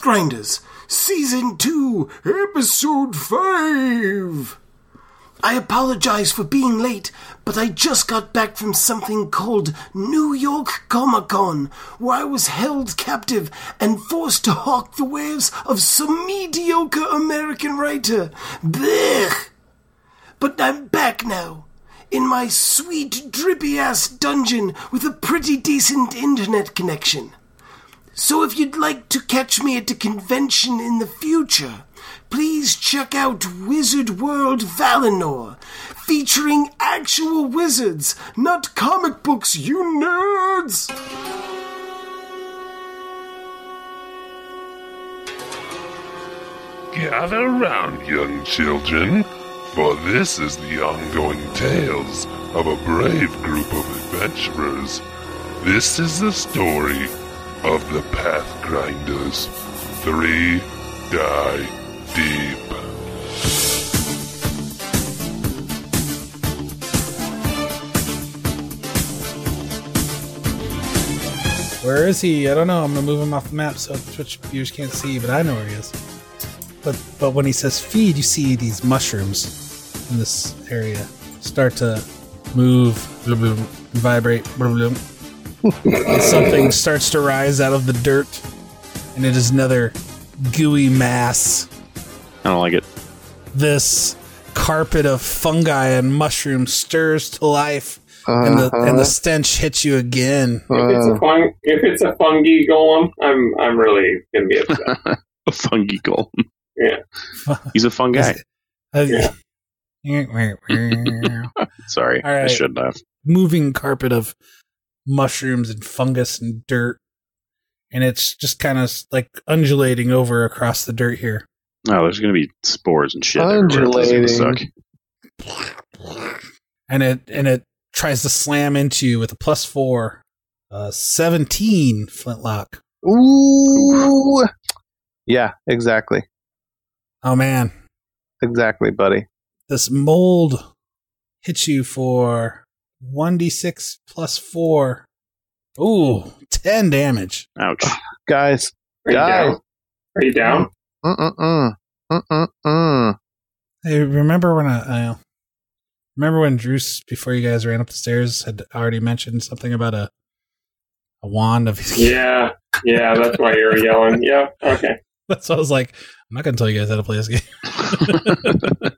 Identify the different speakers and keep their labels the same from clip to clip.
Speaker 1: Grinders, Season 2, Episode 5. I apologize for being late, but I just got back from something called New York Comic Con, where I was held captive and forced to hawk the wares of some mediocre American writer. Blech! But I'm back now. In my sweet, drippy ass dungeon with a pretty decent internet connection. So if you'd like to catch me at a convention in the future, please check out Wizard World Valinor, featuring actual wizards, not comic books, you nerds!
Speaker 2: Gather round, young children, for this is the ongoing tales of a brave group of adventurers. This is the story of the Pathgrinders. Three die deep.
Speaker 3: Where is he? I don't know. I'm gonna move him off the map so Twitch viewers can't see, but I know where he is. But but when he says feed, you see these mushrooms in this area start to move, bloom, bloom, vibrate, bloom, bloom. And something starts to rise out of the dirt, and it is another gooey mass.
Speaker 4: I don't like it.
Speaker 3: This carpet of fungi and mushrooms stirs to life, and the and the stench hits you again.
Speaker 5: If it's a fun, if it's a fungi golem, I'm I'm really gonna be upset.
Speaker 4: A fungi golem.
Speaker 5: Yeah.
Speaker 4: He's a fungi.
Speaker 3: Uh,
Speaker 4: Sorry.
Speaker 3: All
Speaker 4: I
Speaker 3: right.
Speaker 4: shouldn't have.
Speaker 3: moving carpet of mushrooms and fungus and dirt. And it's just kind of like undulating over across the dirt here.
Speaker 4: No, Oh, there's going to be spores and shit. everywhere. That's gonna
Speaker 6: Undulating.
Speaker 4: suck.
Speaker 3: And it and it tries to slam into you with a plus four, uh, seventeen flintlock.
Speaker 6: Ooh. Yeah, exactly.
Speaker 3: Oh man,
Speaker 6: Exactly, buddy.
Speaker 3: this mold hits you for one d six plus four. Ooh, ten damage.
Speaker 4: Ouch.
Speaker 6: Guys.
Speaker 5: Are you
Speaker 6: Guys.
Speaker 5: down? Are you down?
Speaker 6: Mm-mm-mm. Mm-mm-mm.
Speaker 3: Hey, remember when uh, I, I remember when Drews before you guys ran up the stairs had already mentioned something about a a wand of
Speaker 5: Yeah, yeah. That's why you're yelling. Yeah. Okay.
Speaker 3: That's why I was like, I'm not gonna tell you guys how to play this game.
Speaker 6: Mm,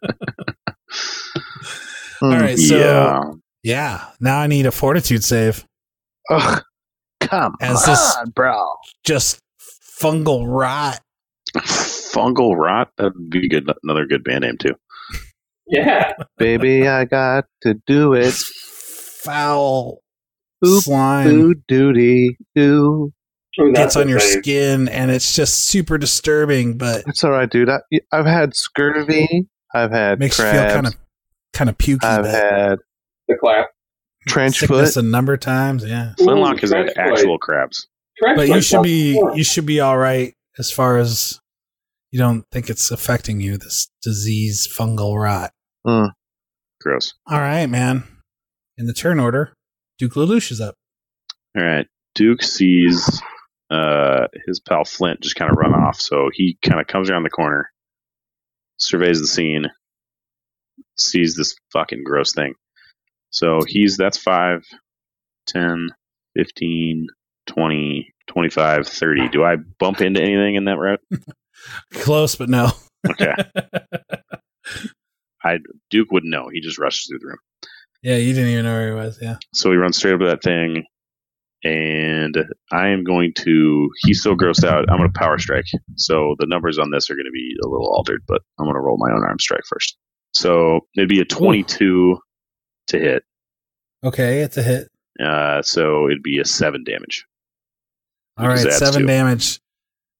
Speaker 3: All right, so yeah.
Speaker 4: yeah.
Speaker 3: now I need a fortitude save.
Speaker 6: Ugh. Come
Speaker 3: As
Speaker 6: on,
Speaker 3: this-
Speaker 6: bro.
Speaker 3: Just fungal rot.
Speaker 4: Fungal rot. That'd be good. Another good band name too.
Speaker 5: Yeah.
Speaker 6: Baby, I got to do it.
Speaker 3: It's foul
Speaker 6: Oop,
Speaker 3: slime
Speaker 6: Do duty do.
Speaker 5: Ooh, that's
Speaker 3: gets on
Speaker 5: a
Speaker 3: your
Speaker 5: save.
Speaker 3: skin, and it's just super disturbing. But
Speaker 6: That's all right, dude. I, I've had scurvy. I've had
Speaker 3: makes you feel
Speaker 6: crabs.
Speaker 3: kind of kind of pukey.
Speaker 6: I've
Speaker 3: but
Speaker 6: had
Speaker 5: The clap.
Speaker 6: trench
Speaker 3: sickness
Speaker 6: foot.
Speaker 3: a number of times. Yeah.
Speaker 5: Ooh,
Speaker 4: Flintlock has had
Speaker 5: trench blade.
Speaker 4: actual crabs.
Speaker 5: Trench
Speaker 3: but
Speaker 5: blade
Speaker 3: you should
Speaker 5: plus
Speaker 3: be
Speaker 5: four.
Speaker 3: you should be all right as far as you don't think it's affecting you this disease fungal rot
Speaker 4: Gross.
Speaker 3: all right man in the turn order duke lelouch is up
Speaker 4: All right. Duke sees uh, his pal Flint just kind of run off, so he kind of comes around the corner, surveys the scene, sees this fucking gross thing. So he's that's 5, 10, 15, 20, 25, 30. Do I bump into anything in that route?
Speaker 3: close but no
Speaker 4: Okay. I Duke wouldn't know. He just rushes through the room.
Speaker 3: yeah you didn't even know where he was yeah
Speaker 4: So we run straight up to that thing, and I am going to. He's so grossed out. I'm going to power strike. So the numbers on this are going to be a little altered, but I'm going to roll my own arm strike first. So it'd be a 22 to hit.
Speaker 3: okay it's a hit
Speaker 4: Uh, so it'd be a seven damage.
Speaker 3: all
Speaker 4: Because
Speaker 3: right
Speaker 4: that's
Speaker 3: seven
Speaker 4: two.
Speaker 3: damage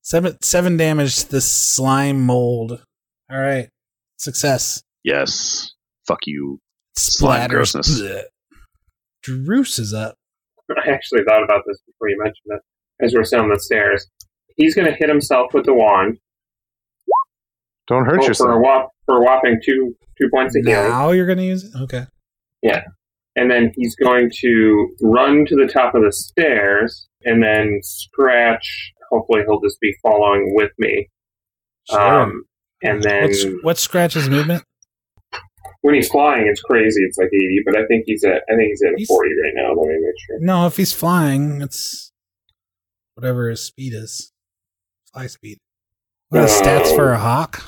Speaker 3: seven seven damage to this slime mold all right success
Speaker 4: Yes. Fuck you. Slime
Speaker 3: splatters
Speaker 4: grossness.
Speaker 3: Blech. Druce is up
Speaker 5: I actually thought about this before you mentioned it. As we're sitting on the stairs, he's going to hit himself with the wand
Speaker 6: Don't hurt
Speaker 5: oh, for
Speaker 6: yourself.
Speaker 5: a whop, for a whopping two two points of healing.
Speaker 3: now you're gonna use it okay
Speaker 5: and then he's going to run to the top of the stairs and then scratch hopefully he'll just be following with me. Um, and then
Speaker 3: What's, what's Scratch's movement?
Speaker 5: when he's flying, it's crazy. It's like eighty, but I think he's at I think he's at
Speaker 3: He's-
Speaker 5: forty right now. Let me make sure.
Speaker 3: No, if he's flying, it's whatever his speed is. Fly speed. What are the stats for
Speaker 5: Oh.
Speaker 3: a hawk?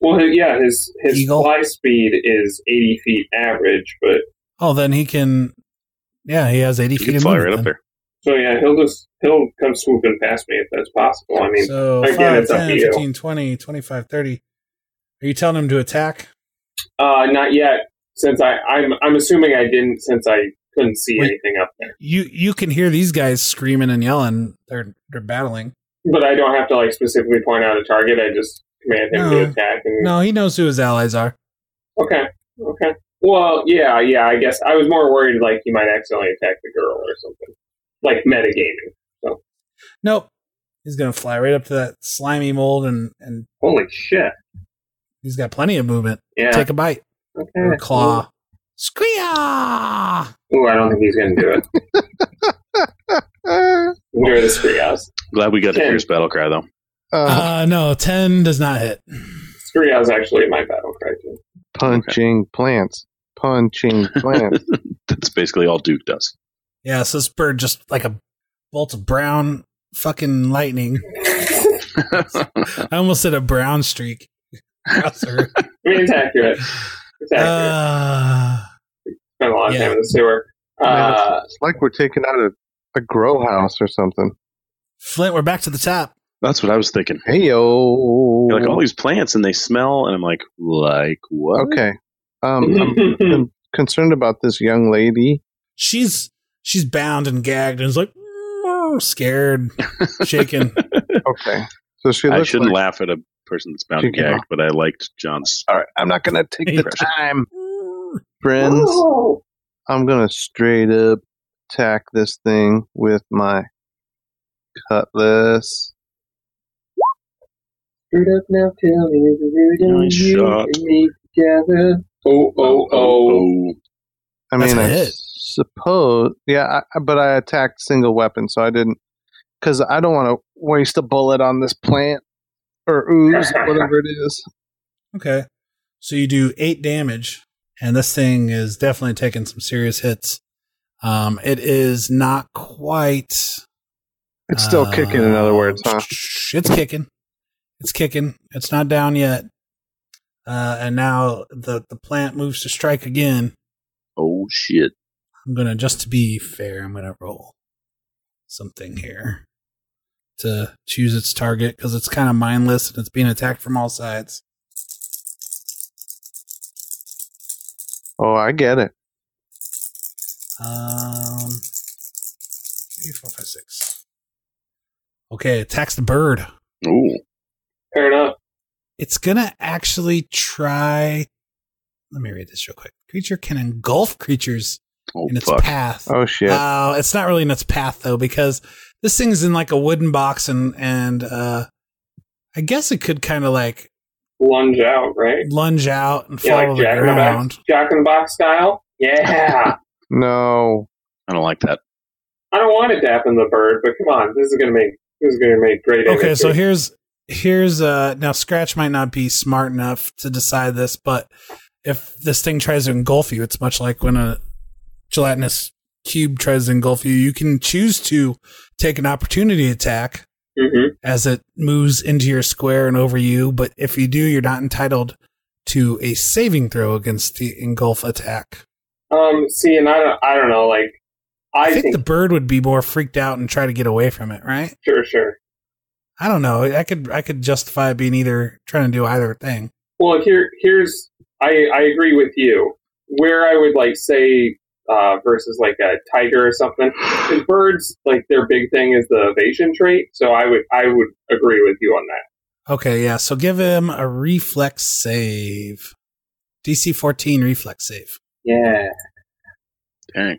Speaker 5: Well, his- yeah, his his
Speaker 3: Eagle.
Speaker 5: fly speed is eighty feet average, but
Speaker 3: Oh, then he can. Yeah, he has 80
Speaker 4: You
Speaker 3: feet
Speaker 4: can
Speaker 3: of
Speaker 4: fly
Speaker 3: movement
Speaker 4: right up
Speaker 3: then.
Speaker 4: there.
Speaker 5: so yeah, he'll just he'll come swooping past me if that's possible. I mean,
Speaker 3: So
Speaker 5: again,
Speaker 3: 5,
Speaker 5: it's up
Speaker 3: 10,
Speaker 5: to you.
Speaker 3: 15, 20, 25, 30. Are you telling him to attack?
Speaker 5: uh, not yet, since I I'm I'm assuming I didn't since I couldn't see
Speaker 3: Wait.
Speaker 5: anything up there,
Speaker 3: You you can hear these guys screaming and yelling. They're they're battling.
Speaker 5: but I don't have to like specifically point out a target. I just command him
Speaker 3: No.
Speaker 5: to attack and
Speaker 3: No, he knows who his allies are.
Speaker 5: Okay. Okay. Well, yeah, yeah. I guess I was more worried like he might accidentally attack the girl or something, like metagaming.
Speaker 3: Nope. He's gonna fly right up to that slimy mold and and
Speaker 5: Holy shit!
Speaker 3: he's got plenty of movement.
Speaker 5: Yeah.
Speaker 3: Take a bite. Or
Speaker 5: okay.
Speaker 3: a claw. Squeah!
Speaker 5: Ooh, I don't think he's gonna do it.
Speaker 6: Uh,
Speaker 5: Near the Skriaz.
Speaker 4: Glad we got to
Speaker 5: Ten.
Speaker 4: hear his battle cry though.
Speaker 6: uh,
Speaker 3: Uh, no, ten does not hit.
Speaker 5: Skriaz actually my battle cry too.
Speaker 6: punching plants. Punching
Speaker 4: Oh,
Speaker 6: plants.
Speaker 4: That's basically all Duke does.
Speaker 3: Yeah, so this bird just like a bolt of brown fucking lightning. I almost said a brown streak. Across the room.
Speaker 5: I mean, it's accurate. It's accurate.
Speaker 3: Uh,
Speaker 5: Spent a lot of
Speaker 3: yeah.
Speaker 5: time in the sewer. Uh,
Speaker 6: it's like we're taking out a, a grow house or something.
Speaker 3: Flint, we're back to the top.
Speaker 4: That's what I was thinking.
Speaker 6: Hey yo.
Speaker 4: You're like "Oh, all these plants and they smell, and I'm like, like what?
Speaker 6: Okay.
Speaker 5: Mm-hmm.
Speaker 6: Um, I'm concerned about this young lady.
Speaker 3: She's she's bound and gagged and is like "Mm," scared, shaking.
Speaker 6: Okay. So she
Speaker 4: I
Speaker 6: looks
Speaker 4: shouldn't
Speaker 6: like,
Speaker 4: laugh at a person that's bound and
Speaker 6: She can-
Speaker 4: gagged, but I liked John's.
Speaker 6: All right, I'm not going to take the
Speaker 4: Impression.
Speaker 6: time,
Speaker 3: "Mm."
Speaker 6: friends.
Speaker 5: oh,
Speaker 6: I'm going to straight up attack this thing with my cutlass.
Speaker 5: screwed up now. Tell me, is it rude
Speaker 4: Nice
Speaker 5: you
Speaker 4: shot.
Speaker 5: and me together? Oh, oh, oh.
Speaker 6: I
Speaker 3: That's
Speaker 6: mean,
Speaker 3: a
Speaker 6: I
Speaker 3: hit.
Speaker 6: suppose, yeah, I, but I attacked single weapon, so I didn't, because I don't want to waste a bullet on this plant or ooze, whatever it is.
Speaker 3: Okay, so you do eight damage, and this thing is definitely taking some serious hits. Um, it is not quite.
Speaker 6: It's still kicking, in other words,
Speaker 3: Ah.
Speaker 6: huh?
Speaker 3: Uh, It's kicking. It's kicking. It's not down yet. Uh, and now the the plant moves to strike again.
Speaker 4: Oh shit!
Speaker 3: I'm gonna just to be fair, I'm gonna roll something here to choose its target because it's kind of mindless and it's being attacked from all sides.
Speaker 6: Oh, I get it.
Speaker 3: Um, three, four, five, six. Okay, attacks the bird.
Speaker 4: Ooh,
Speaker 5: Fair enough.
Speaker 3: It's gonna actually try. Let me read this real quick. Creature can engulf creatures
Speaker 4: oh
Speaker 3: in its
Speaker 4: fuck!
Speaker 3: path.
Speaker 6: Oh shit!
Speaker 3: Uh, it's not really in its path though, because this thing's in like a wooden box, and and uh, I guess it could kind of like
Speaker 5: Lunge out, right?
Speaker 3: lunge out and
Speaker 5: Yeah,
Speaker 3: fall
Speaker 5: like
Speaker 3: to the
Speaker 5: Jack in the Box,
Speaker 3: ground.
Speaker 5: Jack in the Box style. Yeah.
Speaker 6: no,
Speaker 4: I don't like that.
Speaker 5: I don't want it to happen to the bird, but come on, this is gonna make this is gonna make great.
Speaker 3: Okay, so
Speaker 5: imagery.
Speaker 3: here's here's uh now Scratch might not be smart enough to decide this, but if this thing tries to engulf you, it's much like when a gelatinous cube tries to engulf you. You can choose to take an opportunity attack
Speaker 5: Mhm.
Speaker 3: as it moves into your square and over you, but if you do, you're not entitled to a saving throw against the engulf attack.
Speaker 5: um, see, and I don't, I don't know, like I,
Speaker 3: I think
Speaker 5: think,
Speaker 3: the bird would be more freaked out and try to get away from it, right?
Speaker 5: sure, sure.
Speaker 3: I don't know. I could I could justify it being either trying to do either thing.
Speaker 5: Well, here, here's I, I agree with you. Where I would like say uh, versus like a tiger or something, is birds like their big thing is the evasion trait. So I would, I would agree with you on that.
Speaker 3: Okay, yeah. So give him a reflex save. DC 14 reflex save.
Speaker 5: Yeah,
Speaker 4: Dang,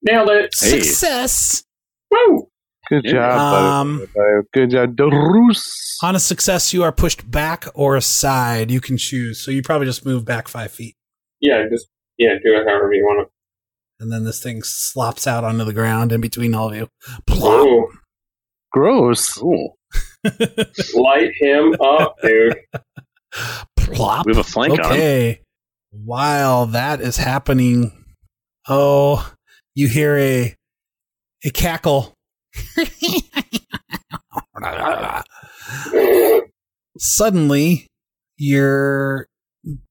Speaker 5: nailed it.
Speaker 4: Hey.
Speaker 3: Success.
Speaker 5: Woo!
Speaker 3: Ah.
Speaker 6: good
Speaker 4: Yeah.
Speaker 6: job,
Speaker 3: Um,
Speaker 6: buddy. Uh, Good job, Darus.
Speaker 3: on a success, you are pushed back or aside. You can choose. So you probably just move back five feet,
Speaker 5: Yeah, just yeah, do it however you want to.
Speaker 3: and then this thing slops out onto the ground in between all of you. Plop.
Speaker 5: Oh,
Speaker 6: Gross.
Speaker 4: Cool.
Speaker 5: Light him up, dude.
Speaker 3: Plop.
Speaker 4: We have a flank on him.
Speaker 3: okay. While that is happening, oh, you hear a a cackle. Suddenly, your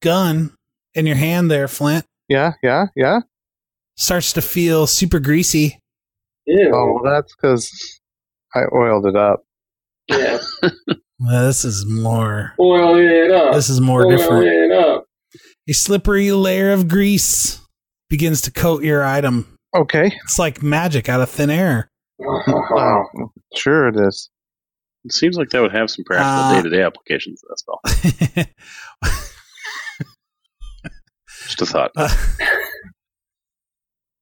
Speaker 3: gun in your hand there, Flint,
Speaker 6: Yeah, yeah, yeah.
Speaker 3: starts to feel super greasy.
Speaker 5: Ew.
Speaker 6: Oh, well, that's because I oiled it up.
Speaker 5: Yeah.
Speaker 3: Well, this is more.
Speaker 5: Oil it up.
Speaker 3: This is more
Speaker 5: Oil
Speaker 3: different.
Speaker 5: it up.
Speaker 3: A slippery layer of grease begins to coat your item.
Speaker 6: Okay.
Speaker 3: It's like magic out of thin air.
Speaker 6: Wow. Um, Sure it is.
Speaker 4: It seems like that would have some practical
Speaker 3: Uh,
Speaker 4: day to day applications to that spell. Just a thought.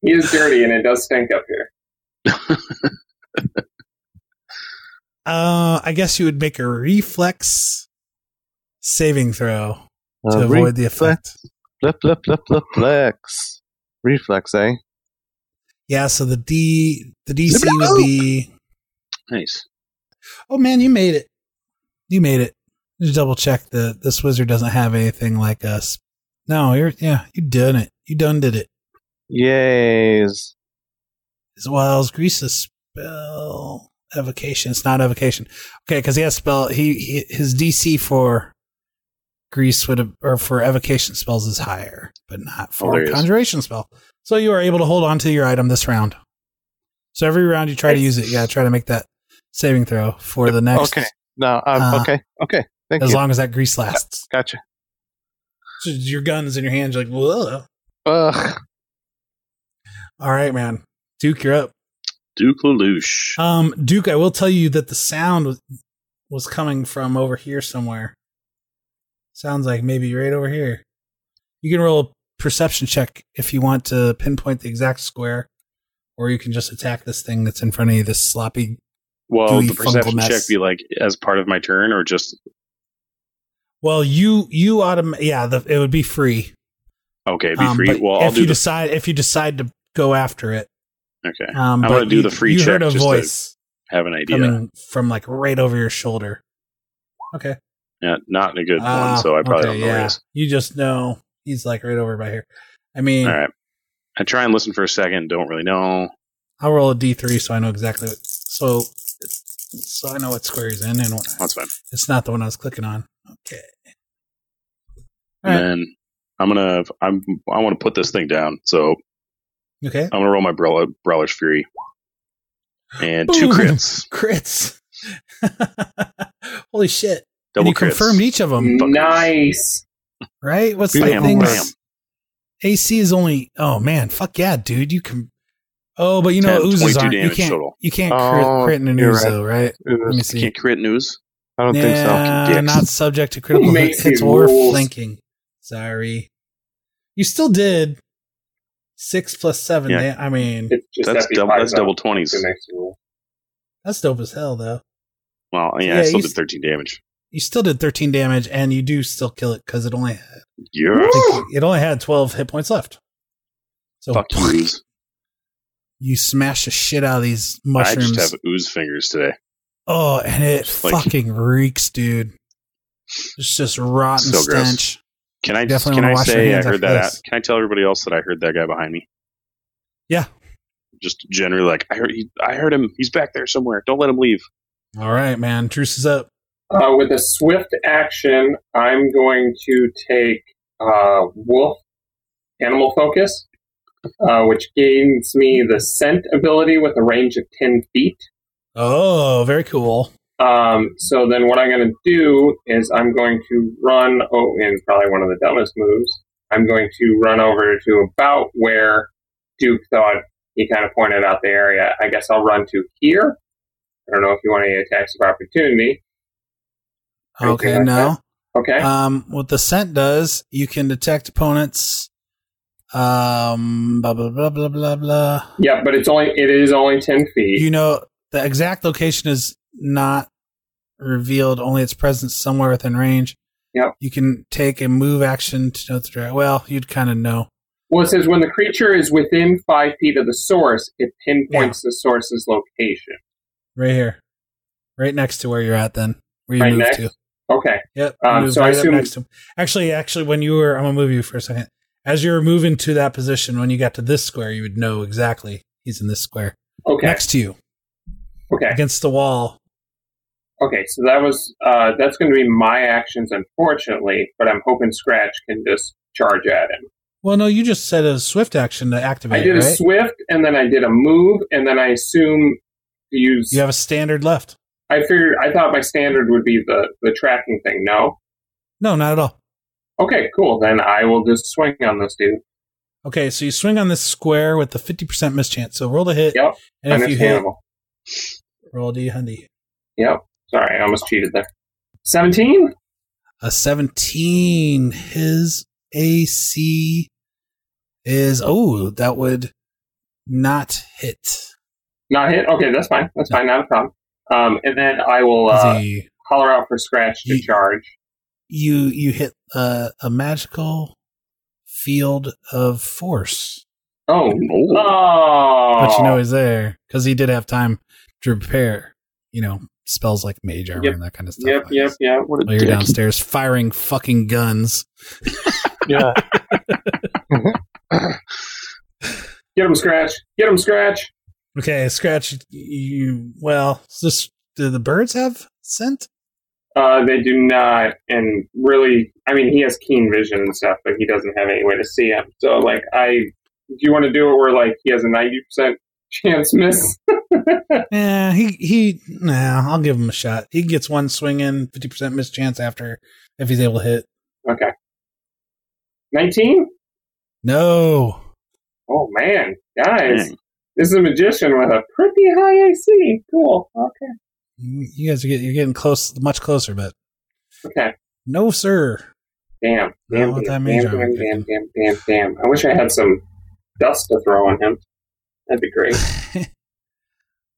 Speaker 5: He is dirty and it does stink up here.
Speaker 3: Uh, I guess you would make a reflex saving throw to
Speaker 6: Uh,
Speaker 3: avoid the effect.
Speaker 6: Flip, flip, flip, flip, flex. Reflex, eh?
Speaker 3: Yeah, so the D the DC would be.
Speaker 4: Nice.
Speaker 3: Oh man, you made it! You made it. Just double check that this wizard doesn't have anything like us. No, you're yeah, you done it. You done did it.
Speaker 6: Yays.
Speaker 3: As well as Grease's spell evocation. It's not evocation. Okay, because he has spell. He, he his DC for Grease would have, or for evocation spells is higher, but not
Speaker 4: Oh,
Speaker 3: for
Speaker 4: there he is.
Speaker 3: conjuration spell. So you are able to hold on to your item this round. So every round you try to use it, yeah, try to make that saving throw for the next.
Speaker 6: Okay. No, um,
Speaker 3: Uh,
Speaker 6: okay. Okay. Thank
Speaker 3: As
Speaker 6: you.
Speaker 3: long as that grease lasts.
Speaker 6: gotcha.
Speaker 3: So your gun is in your hand. You're like, whoa.
Speaker 6: Ugh.
Speaker 3: All right, man. Duke, you're up.
Speaker 4: Duke Lelouch.
Speaker 3: Um, Duke, I will tell you that the sound was, was coming from over here somewhere. Sounds like maybe right over here. You can roll a perception check if you want to pinpoint the exact square, or you can just attack this thing that's in front of you, this sloppy.
Speaker 4: Well,
Speaker 3: Gooey
Speaker 4: the perception
Speaker 3: funkle
Speaker 4: check
Speaker 3: mess.
Speaker 4: be like as part of my turn, or just
Speaker 3: Well, you you autom- yeah, the, it would be free.
Speaker 4: okay, be
Speaker 3: Um,
Speaker 4: free.
Speaker 3: but
Speaker 4: Well,
Speaker 3: if
Speaker 4: I'll do
Speaker 3: you
Speaker 4: the
Speaker 3: decide if you decide to go after it,
Speaker 4: okay.
Speaker 3: um,
Speaker 4: I'm
Speaker 3: but
Speaker 4: gonna do
Speaker 3: you-
Speaker 4: the free
Speaker 3: You
Speaker 4: check
Speaker 3: heard a
Speaker 4: just to
Speaker 3: voice
Speaker 4: Have an idea.
Speaker 3: coming from like right over your shoulder. Okay.
Speaker 4: Yeah, not a good
Speaker 3: Ah,
Speaker 4: one, so I probably
Speaker 3: okay,
Speaker 4: don't know where it is.
Speaker 3: You just know he's like right over by here. I mean,
Speaker 4: All right. I try and listen for a second. Don't really know.
Speaker 3: I'll roll a D three so I know exactly what. So, so I know what square he's in and what.
Speaker 4: That's fine.
Speaker 3: It's not the one I was clicking on. Okay. All
Speaker 4: And
Speaker 3: right.
Speaker 4: then I'm gonna I'm I want to put this thing down. So
Speaker 3: Okay.
Speaker 4: I'm gonna roll my Brawler, Brawler's Fury and two
Speaker 3: Boom.
Speaker 4: crits,
Speaker 3: Crits. Holy shit! And
Speaker 4: double
Speaker 3: you
Speaker 4: crits.
Speaker 3: confirmed each of them,
Speaker 4: fuckers.
Speaker 5: Nice.
Speaker 3: right? What's
Speaker 4: Bam,
Speaker 3: the thing?
Speaker 4: bam.
Speaker 3: AC is only. Oh man, fuck yeah, dude! You can. Oh, but you know
Speaker 4: 10,
Speaker 3: oozes
Speaker 4: 22
Speaker 3: aren't. You
Speaker 4: damage
Speaker 3: can't.
Speaker 4: total.
Speaker 3: You can't
Speaker 6: Oh,
Speaker 3: crit, crit in an
Speaker 6: you're
Speaker 3: ooze
Speaker 6: right.
Speaker 3: though, right? Let me see.
Speaker 4: Can't crit news.
Speaker 6: I don't think so.
Speaker 3: Nah,
Speaker 4: dicks.
Speaker 3: not subject to critical
Speaker 5: Who makes
Speaker 3: hit- hits
Speaker 5: these
Speaker 3: or
Speaker 5: rules?
Speaker 3: flanking. Sorry. You still did six plus seven.
Speaker 4: Yeah.
Speaker 3: da- I mean,
Speaker 5: It's just
Speaker 4: That's
Speaker 5: that he
Speaker 4: double.
Speaker 5: buys
Speaker 4: That's
Speaker 5: up
Speaker 4: double
Speaker 5: the
Speaker 4: twenties.
Speaker 5: next rule.
Speaker 3: that's dope as hell, though.
Speaker 4: Well, yeah,
Speaker 3: Yeah,
Speaker 4: I still
Speaker 3: you
Speaker 4: did
Speaker 3: s-
Speaker 4: thirteen damage.
Speaker 3: You still did 13 damage, and you do still kill it because it only had,
Speaker 4: Yeah,
Speaker 3: it only had 12 hit points left. So
Speaker 4: fuck you, ooze.
Speaker 3: you smash the shit out of these
Speaker 4: I
Speaker 3: mushrooms.
Speaker 4: just have ooze fingers today.
Speaker 3: oh, and it
Speaker 4: Just like-
Speaker 3: fucking reeks, dude. It's just rotten
Speaker 4: So gross.
Speaker 3: stench.
Speaker 4: Can I
Speaker 3: Definitely
Speaker 4: can
Speaker 3: wanna
Speaker 4: I
Speaker 3: wash your
Speaker 4: say I
Speaker 3: hands
Speaker 4: heard
Speaker 3: after
Speaker 4: that?
Speaker 3: this.
Speaker 4: At, can I tell everybody else that I heard that guy behind me?
Speaker 3: Yeah.
Speaker 4: Just generally, like I heard. He, I heard him. He's back there somewhere. Don't let him leave.
Speaker 3: All right, man. Truce is up.
Speaker 5: Uh, with a swift action, I'm going to take uh, Wolf Animal Focus, uh, which gains me the scent ability with a range of 10 feet.
Speaker 3: Oh, very cool.
Speaker 5: Um, so then what I'm going to do is I'm going to run, oh, and probably one of the dumbest moves, I'm going to run over to about where Duke thought he kind of pointed out the area. I guess I'll run to here. I don't know if you want any attacks of opportunity. Anything
Speaker 3: Okay,
Speaker 5: like
Speaker 3: no.
Speaker 5: Okay.
Speaker 3: Um, what the scent does, you can detect opponents. Um, blah blah blah blah blah blah.
Speaker 5: yeah, but it's only, it is only 10 feet.
Speaker 3: You know the exact location is not revealed; only its presence somewhere within range.
Speaker 5: Yep.
Speaker 3: You can take a move action to note the direction. Well, you'd kind of know.
Speaker 5: Well, it says when the creature is within five feet of the source, it pinpoints the source's location.
Speaker 3: Right here. Right next to where you're at, then where you
Speaker 5: Right
Speaker 3: moved
Speaker 5: next?
Speaker 3: to.
Speaker 5: Okay.
Speaker 3: Yep.
Speaker 5: Um,
Speaker 3: move
Speaker 5: so I
Speaker 3: right up
Speaker 5: assume-
Speaker 3: next to him. Actually, actually, when you were, I'm gonna move you for a second. As you were moving to that position, when you got to this square, you would know exactly he's in this square
Speaker 5: Okay.
Speaker 3: next to you,
Speaker 5: Okay.
Speaker 3: against the wall.
Speaker 5: Okay. So that was uh, that's going to be my actions, unfortunately. But I'm hoping Scratch can just charge at him.
Speaker 3: Well, no, you just said a swift action to
Speaker 5: I
Speaker 3: activate.
Speaker 5: did a
Speaker 3: right?
Speaker 5: swift, and then I did a move, and then I assume to use.
Speaker 3: you have a standard left.
Speaker 5: I figured I thought my standard would be the the tracking thing. No.
Speaker 3: No, not at all.
Speaker 5: Okay. Cool. Then I will just swing on this dude.
Speaker 3: Okay, so you swing on this square with the 50% mischance. So roll to hit.
Speaker 5: Yep.
Speaker 3: And if you hit,
Speaker 5: Understandable.
Speaker 3: roll D hundy.
Speaker 5: Yep. Sorry, I almost cheated there. Seventeen.
Speaker 3: A 17. His AC is, oh, that would not hit.
Speaker 5: Not hit. Okay, that's fine. That's fine. Not a problem. Um, and then I will uh,
Speaker 3: The-
Speaker 5: holler out for Scratch to
Speaker 3: Ye-
Speaker 5: charge.
Speaker 3: you you hit a, a magical field of force,
Speaker 5: Oh.
Speaker 4: Oh.
Speaker 5: Oh.
Speaker 3: but you know he's there because he did have time to prepare. You know, spells like mage armor
Speaker 5: Yep.
Speaker 3: and that kind of stuff.
Speaker 5: Yep,
Speaker 3: I
Speaker 5: yep,
Speaker 3: guess.
Speaker 5: yep.
Speaker 4: What a
Speaker 3: While Oh, you're
Speaker 4: dick.
Speaker 3: downstairs firing fucking guns.
Speaker 6: Yeah.
Speaker 5: Get him, Scratch. Get him, Scratch.
Speaker 3: Okay, scratch you. Well, is this do the birds have scent?
Speaker 5: Uh, they do not, and really, I mean, he has keen vision and stuff, but he doesn't have any way to see him. So, like, I do you want to do it where like he has a ninety percent chance miss?
Speaker 3: Yeah, he he. Nah, I'll give him a shot. He gets one swing in, fifty percent miss chance after if he's able to hit.
Speaker 5: Okay, nineteen.
Speaker 3: No,
Speaker 5: Oh man, guys,
Speaker 4: Dang.
Speaker 5: this is a magician with a pretty high AC. Cool. Okay.
Speaker 3: you you guys are getting, you're getting close, much closer, but
Speaker 5: Okay.
Speaker 3: no, sir.
Speaker 5: Damn.
Speaker 3: Not
Speaker 5: Damn.
Speaker 3: what that
Speaker 5: Damn. Damn.
Speaker 3: means,
Speaker 5: Damn.
Speaker 3: I'm
Speaker 5: Damn. Damn. Damn. Damn. I wish I had some dust to throw on him. That'd be great.
Speaker 3: Let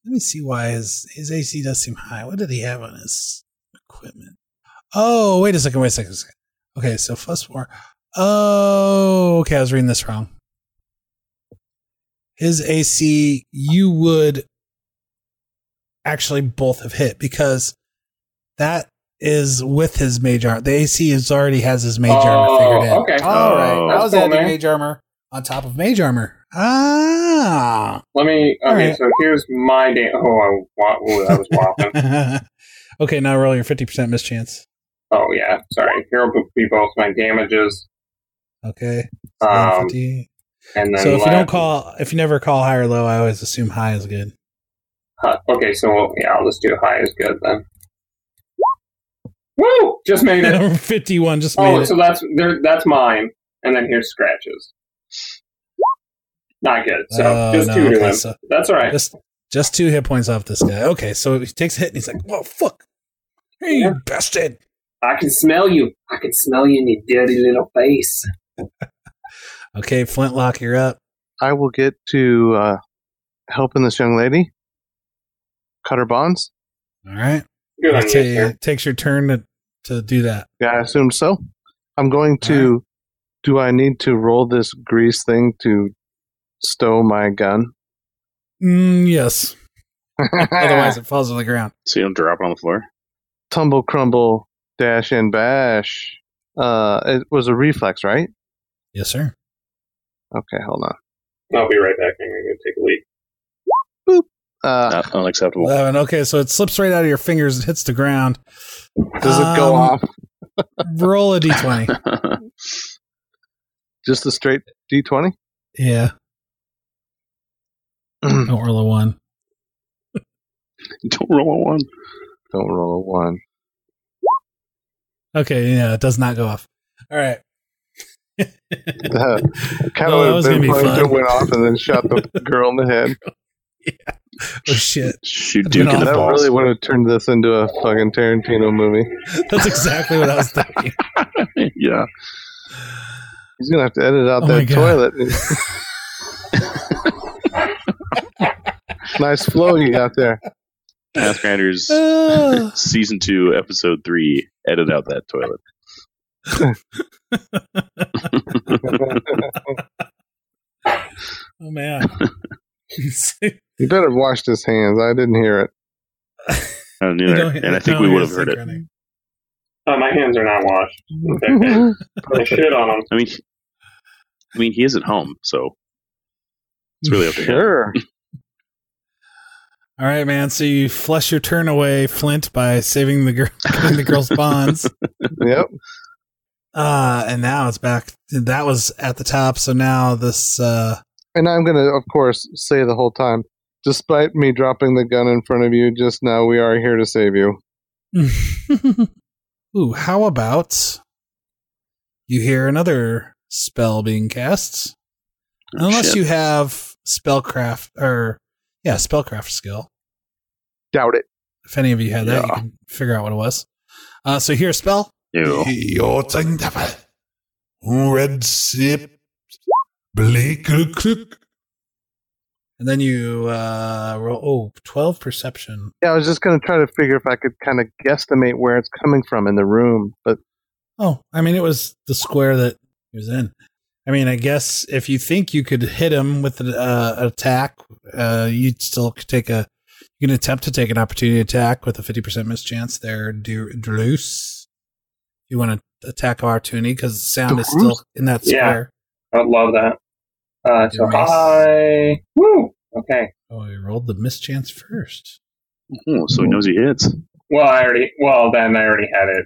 Speaker 3: me see why his his AC does seem high. What did he have on his equipment? Oh, wait a second, wait a second. wait a second. Okay, so fuss war. Oh, okay, I was reading this wrong. His AC, you would actually both have hit because that is with his mage armor. The AC is already has his mage armor figured out.
Speaker 5: Oh, okay.
Speaker 3: All right,
Speaker 4: Oh.
Speaker 3: I was
Speaker 5: That's cool,
Speaker 3: adding
Speaker 5: man.
Speaker 3: mage armor on top of mage armor. Ah.
Speaker 5: Let me. Okay,
Speaker 3: Alright.
Speaker 5: so here's my damn. Oh, I wa- ooh, that was whopping.
Speaker 3: okay, now roll your fifty percent mischance.
Speaker 5: oh yeah, sorry. Here will be both my damages,
Speaker 3: Okay. So,
Speaker 5: Um,
Speaker 3: 50.
Speaker 5: and then
Speaker 3: so if you
Speaker 5: last-
Speaker 3: don't call, if you never call high or low, I always assume high is good.
Speaker 5: Huh, okay, so we'll, yeah, I'll just do high as good then. Woo! Just made it.
Speaker 3: Fifty-one just made
Speaker 5: oh,
Speaker 3: it.
Speaker 5: so that's there. That's mine, and then here's scratches. Not good. So
Speaker 3: Oh,
Speaker 5: just
Speaker 3: no,
Speaker 5: two to
Speaker 3: okay,
Speaker 5: him.
Speaker 3: so-
Speaker 5: that's all right.
Speaker 3: Just just two hit points off this guy. Okay, so he takes a hit and he's like, "Whoa, fuck! Hey, you bastard!"
Speaker 5: I can smell you. I can smell you in your dirty little face.
Speaker 3: Okay, Flintlock, you're up.
Speaker 6: I will get to uh, helping this young lady cut her bonds.
Speaker 3: All right,
Speaker 5: Good
Speaker 3: It
Speaker 5: on
Speaker 3: ta-
Speaker 5: you, sir.
Speaker 3: it takes your turn to to do that.
Speaker 6: Yeah, I assume so. I'm going to. Do I need to roll this grease thing to stow my gun?
Speaker 3: Mm, yes. Otherwise, it falls on the ground.
Speaker 4: So you don't drop it on the floor.
Speaker 6: tumble, crumble, dash, and bash. Uh, it was a reflex, right?
Speaker 3: Yes, sir.
Speaker 6: Okay, hold on.
Speaker 5: I'll be right back. I'm gonna take a leak.
Speaker 3: Ah.
Speaker 6: Uh,
Speaker 4: Not unacceptable.
Speaker 3: Eleven. Okay, so it slips right out of your fingers and hits the ground.
Speaker 6: does it go
Speaker 3: Um,
Speaker 6: off?
Speaker 3: Roll a d20.
Speaker 6: Just a straight d20?
Speaker 3: yeah. Don't roll a one.
Speaker 4: don't roll a one.
Speaker 6: Don't roll a one.
Speaker 3: Okay, yeah, it does not go off. All right.
Speaker 6: The kind
Speaker 3: No, that
Speaker 6: of
Speaker 3: was
Speaker 6: would
Speaker 3: gonna
Speaker 6: have been
Speaker 3: be
Speaker 6: funny if
Speaker 3: fun.
Speaker 6: it went off and then shot the girl in the head.
Speaker 3: Oh shit.
Speaker 4: Shoot
Speaker 3: That's been
Speaker 4: Duke in the
Speaker 6: That
Speaker 4: balls.
Speaker 6: really would have turned this into a fucking Tarantino movie.
Speaker 3: That's exactly what I was thinking.
Speaker 4: yeah.
Speaker 6: He's gonna have to edit out
Speaker 3: Oh my
Speaker 6: that
Speaker 3: God.
Speaker 6: toilet. nice flow you got there.
Speaker 4: Pathfinders
Speaker 3: Ah.
Speaker 4: season two, episode three. Edit out that toilet.
Speaker 3: oh man.
Speaker 6: You better wash his hands. I didn't hear it.
Speaker 4: I was
Speaker 3: You
Speaker 4: neither,
Speaker 3: don't hit-
Speaker 4: and I think
Speaker 3: no,
Speaker 4: we
Speaker 3: he
Speaker 4: would have
Speaker 3: is
Speaker 4: heard it.
Speaker 3: synchronic.
Speaker 5: Oh, my hands are not washed. Okay. I shit on them.
Speaker 4: I mean, he- I mean, he is at home, so it's really up to him.
Speaker 6: sure.
Speaker 3: All right, man. So you flush your turn away, Flint, by saving the girl, cutting the girl's bonds.
Speaker 6: yep.
Speaker 3: Uh, and now it's back. That was at the top. So now this, uh,
Speaker 6: And I'm going to, of course, say the whole time, despite me dropping the gun in front of you just now, we are here to save you.
Speaker 3: ooh, how about you hear another spell being cast?
Speaker 4: Oh,
Speaker 3: Unless
Speaker 4: shit.
Speaker 3: you have spellcraft or, yeah, spellcraft skill.
Speaker 6: Doubt it.
Speaker 3: If any of you had that,
Speaker 4: Yeah.
Speaker 3: you can figure out what it was. Uh, so here's spell.
Speaker 4: Ew.
Speaker 7: Your tongue tapper. Red sip. Blake crook.
Speaker 3: And then you, uh, roll, oh, 12 perception.
Speaker 6: Yeah, I was just going to try to figure if I could kind of guesstimate where it's coming from in the room, but
Speaker 3: Oh, I mean, it was the square that he was in. I mean, I guess if you think you could hit him with an uh, attack, uh, you'd still could take a. You can attempt to take an opportunity attack with a fifty percent mischance there, Dru- Druce. You want to attack of opportunity because the sound is still in that
Speaker 5: Yeah.
Speaker 3: square.
Speaker 5: I would love that. Uh, so
Speaker 3: Nice.
Speaker 5: I woo. Okay.
Speaker 3: Oh, he rolled the mischance first.
Speaker 4: Oh, so he knows he hits.
Speaker 5: Well, I already. Well, then I already had it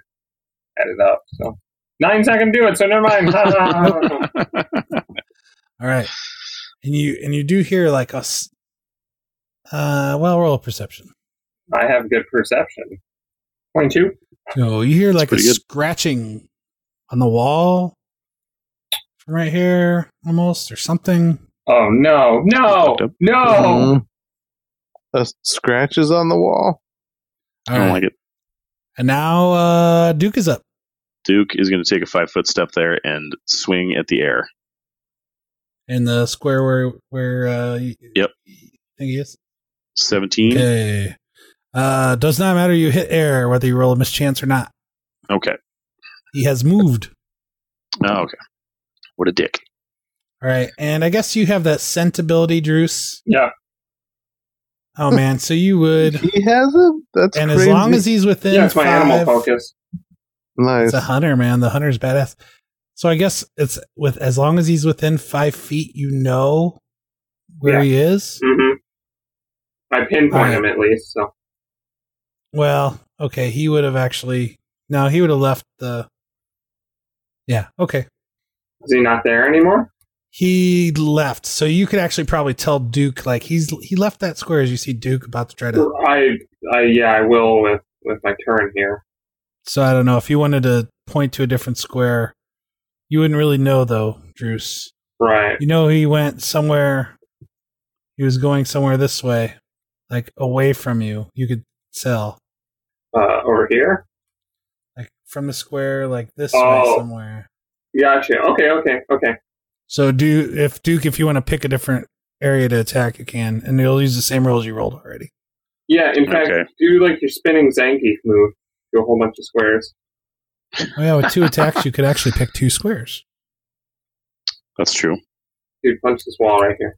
Speaker 5: added up. So nine's not gonna do it. So never mind. Ha, ha, ha, ha.
Speaker 3: All right, and you and you do hear like us. Uh, well, roll a perception.
Speaker 5: I have good perception. Point two.
Speaker 3: No, you hear like a
Speaker 4: pretty good.
Speaker 3: scratching on the wall from right here, almost, or something.
Speaker 5: Oh no! No!
Speaker 4: Fucked up.
Speaker 5: No!
Speaker 6: Mhm. the scratches on the wall.
Speaker 4: I don't like it.
Speaker 3: And now uh, Duke is up.
Speaker 4: Duke is going to take a five foot step there and swing at the air.
Speaker 3: in the square where where uh, y-
Speaker 4: Yep. Mm-hmm.
Speaker 3: think he is.
Speaker 4: 17. Okay.
Speaker 3: Okay. Uh, does not matter. You hit air whether you roll a mischance or not. He has moved.
Speaker 4: Oh, okay. What a dick.
Speaker 3: All right, and I guess you have that scent ability, Druce.
Speaker 5: Yeah.
Speaker 3: Oh man, so you would.
Speaker 6: He has it. That's
Speaker 3: And as
Speaker 6: crazy.
Speaker 3: long as he's within,
Speaker 5: Yeah, it's my animal
Speaker 3: five-
Speaker 5: focus.
Speaker 6: nice.
Speaker 3: It's a hunter, man. The hunter's badass. So I guess it's with as long as he's within five feet, you know where
Speaker 5: Yeah.
Speaker 3: he is.
Speaker 5: hmm I pinpoint
Speaker 3: Alright.
Speaker 5: him at least. So
Speaker 3: Well, okay, he would have actually. No, he would have left the. Yeah. Okay.
Speaker 5: is he not there anymore?
Speaker 3: He left, so you could actually probably tell Duke like he's he left that square as you see Duke about to try to.
Speaker 5: I, I yeah, I will with with my turn here.
Speaker 3: So I don't know if you wanted to point to a different square, you wouldn't really know though, Druce.
Speaker 5: Right.
Speaker 3: You know, he went somewhere. He was going somewhere this way, like away from you. You could tell,
Speaker 5: Uh, over here.
Speaker 3: like from the square, like this way
Speaker 5: Oh.
Speaker 3: somewhere.
Speaker 5: Gotcha. Okay. Okay. Okay.
Speaker 3: So, do if Duke, if you want to pick a different area to attack, you can, and you'll use the same rolls you rolled already.
Speaker 5: Yeah. In fact,
Speaker 4: Okay.
Speaker 5: do like your spinning Zangief move. Do a whole bunch of squares.
Speaker 3: Oh yeah, with two attacks, you could actually pick two squares.
Speaker 4: That's true.
Speaker 5: Dude, punch this wall right here.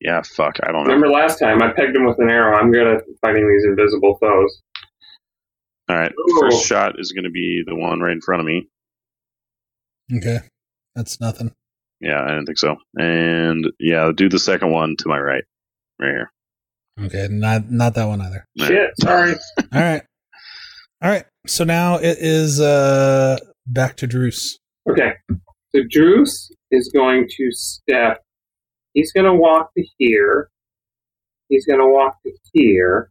Speaker 4: Yeah, fuck. I don't know.
Speaker 5: Remember last time I pegged him with an arrow. I'm good at fighting these invisible foes.
Speaker 4: All right.
Speaker 5: Ooh.
Speaker 4: First shot is going to be the one right in front of me.
Speaker 3: Okay, that's nothing.
Speaker 4: Yeah, I didn't think so. And yeah, I'll do the second one to my right. Right here.
Speaker 3: Okay, not not that one either.
Speaker 4: Nah.
Speaker 5: Shit. Sorry.
Speaker 3: All right, all right. So now it is uh back to Druce.
Speaker 5: Okay. So Druce is going to step. He's going to walk to here. He's going to walk to here.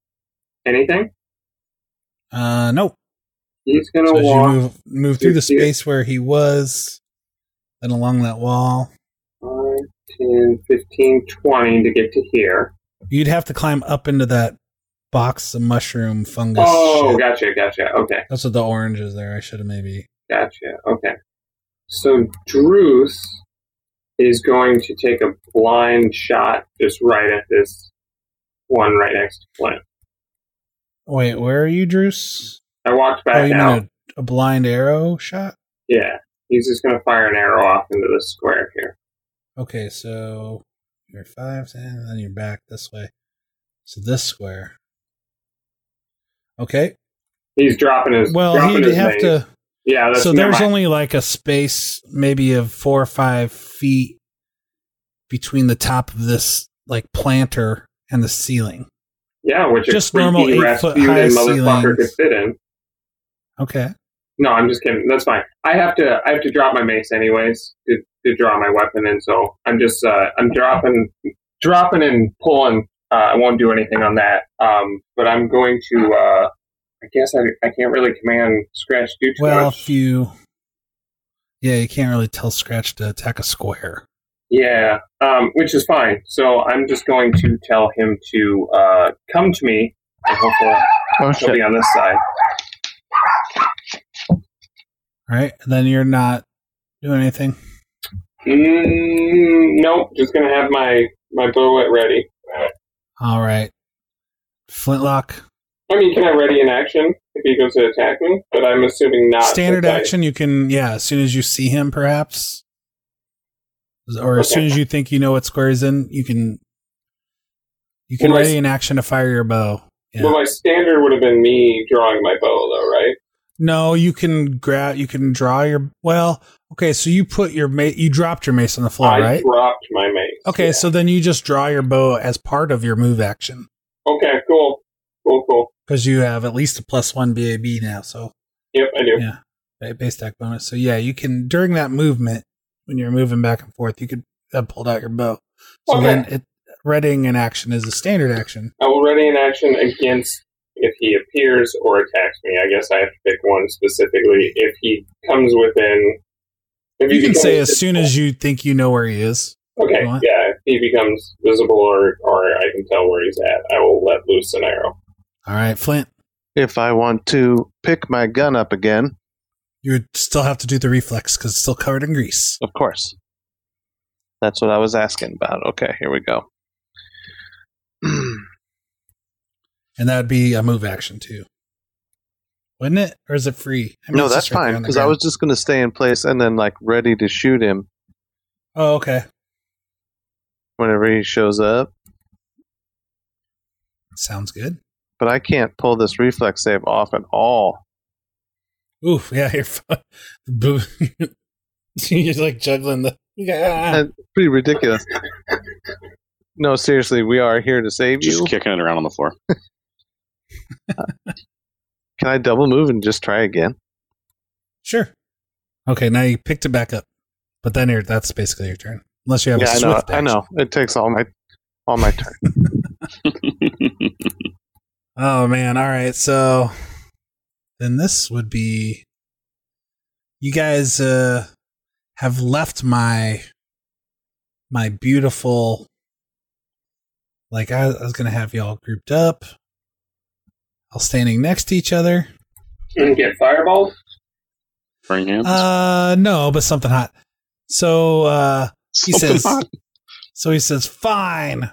Speaker 5: Anything?
Speaker 3: Uh, nope.
Speaker 5: He's going to
Speaker 3: So as you
Speaker 5: walk.
Speaker 3: move move through the
Speaker 5: through here.
Speaker 3: space where he was, and along that wall,
Speaker 5: 5, 10, 15, 20 to get to here.
Speaker 3: you'd have to climb up into that box of mushroom fungus.
Speaker 5: oh,
Speaker 3: shit.
Speaker 5: gotcha, gotcha. Okay,
Speaker 3: that's what the orange is there. I should have maybe.
Speaker 5: gotcha. Okay. So Druce is going to take a blind shot just right at this one right next to Flint.
Speaker 3: Wait, where are you, Druce?
Speaker 5: I walked
Speaker 3: Oh,
Speaker 5: back
Speaker 3: you
Speaker 5: out.
Speaker 3: mean a, a blind arrow shot?
Speaker 5: Yeah. He's just going to fire an arrow off into the square here.
Speaker 3: Okay, so you're five, ten, and then you're back this way. So this square. Okay.
Speaker 5: He's dropping his.
Speaker 3: Well,
Speaker 5: dropping
Speaker 3: he'd
Speaker 5: his
Speaker 3: have
Speaker 5: name.
Speaker 3: to.
Speaker 5: Uh, Yeah, that's
Speaker 3: so
Speaker 5: never
Speaker 3: there's
Speaker 5: mind.
Speaker 3: only like a space, maybe of four or five feet between the top of this like planter and the ceiling.
Speaker 5: yeah, which
Speaker 3: just
Speaker 5: a creepy
Speaker 3: normal eight-foot
Speaker 5: Rasputin
Speaker 3: high
Speaker 5: motherfucker could
Speaker 3: ceilings.
Speaker 5: fit in.
Speaker 3: Okay.
Speaker 5: No, I'm just kidding. That's fine. I have to. I have to drop my mace anyways to, to draw my weapon, and so I'm just. Uh, I'm dropping, dropping and pulling. Uh, I won't do anything on that. Um, but I'm going to. Uh, I guess I, I can't really command scratch do too
Speaker 3: Well,
Speaker 5: much.
Speaker 3: if you. Yeah, you can't really tell Scratch to attack a square.
Speaker 5: Yeah, um, which is fine. So I'm just going to tell him to uh, come to me, and hopefully
Speaker 6: Oh
Speaker 5: he'll
Speaker 6: shit!
Speaker 5: be on this side.
Speaker 3: Right? And then you're not doing anything.
Speaker 5: Mm, nope, just gonna have my my bow at ready.
Speaker 3: All right. Flintlock.
Speaker 5: I mean, can I ready in action if he goes to attack me? But I'm assuming not.
Speaker 3: Standard
Speaker 5: since I-
Speaker 3: action, you can, yeah, as soon as you see him, perhaps. Or as
Speaker 5: Okay.
Speaker 3: soon as you think you know what square is in, you can. You can
Speaker 5: Well, my
Speaker 3: ready
Speaker 5: s-
Speaker 3: an action to fire your bow. Yeah.
Speaker 5: Well, my standard would have been me drawing my bow, though, right?
Speaker 3: No, you can grab. You can draw your. Well, okay. So you put your ma- you dropped your mace on the floor,
Speaker 5: I
Speaker 3: right?
Speaker 5: dropped my mace.
Speaker 3: Okay, so then you just draw your bow as part of your move action
Speaker 5: Okay, cool, cool, cool.
Speaker 3: because you have at least a plus one BAB now. So
Speaker 5: Yep, I do.
Speaker 3: yeah, right, base attack bonus. So yeah, you can during that movement when you're moving back and forth, you could have pulled out your bow. So
Speaker 5: Okay.
Speaker 3: then it readying an action is a standard action.
Speaker 5: I will ready in action against if he appears or attacks me. I guess I have to pick one specifically. If he comes within, if he
Speaker 3: You can
Speaker 5: becomes
Speaker 3: say as soon
Speaker 5: visible-
Speaker 3: as you think you know where he is.
Speaker 5: Okay,
Speaker 3: you want.
Speaker 5: yeah. If he becomes visible or or I can tell where he's at, I will let loose an arrow.
Speaker 3: All right, Flint,
Speaker 6: If I want to pick my gun up again,
Speaker 3: you would still have to do the reflex because it's still covered in grease.
Speaker 6: Of course. That's what I was asking about. Okay, here we go.
Speaker 3: And that would be a move action too. Wouldn't it? Or is it free? I mean,
Speaker 6: no,
Speaker 3: it's
Speaker 6: that's
Speaker 3: just right there
Speaker 6: fine
Speaker 3: on the
Speaker 6: because I
Speaker 3: ground.
Speaker 6: was just going to stay in place and then like ready to shoot him
Speaker 3: Oh, okay.
Speaker 6: whenever he shows up.
Speaker 3: Sounds good.
Speaker 6: But I can't pull this reflex save off at all.
Speaker 3: Oof, yeah, you're fu- boo- You're like juggling the. ah, Yeah.
Speaker 6: That's pretty ridiculous. no, seriously, we are here to save
Speaker 4: Just
Speaker 6: you.
Speaker 4: kicking it around on the floor.
Speaker 6: Can I double move and just try again?
Speaker 3: Sure. Okay, now you picked it back up, but then you're, that's basically your turn, unless you have
Speaker 6: yeah,
Speaker 3: a
Speaker 6: I know.
Speaker 3: swift.
Speaker 6: I know. It takes all my all my turn.
Speaker 3: Oh man! All right, so then this would be you guys uh, have left my my beautiful like I, I was gonna have y'all grouped up, all standing next to each other.
Speaker 5: And get fireballed.
Speaker 4: Bring hands.
Speaker 3: Uh, no, but something hot. So uh, he
Speaker 4: Something
Speaker 3: says.
Speaker 4: hot.
Speaker 3: So he says, "Fine.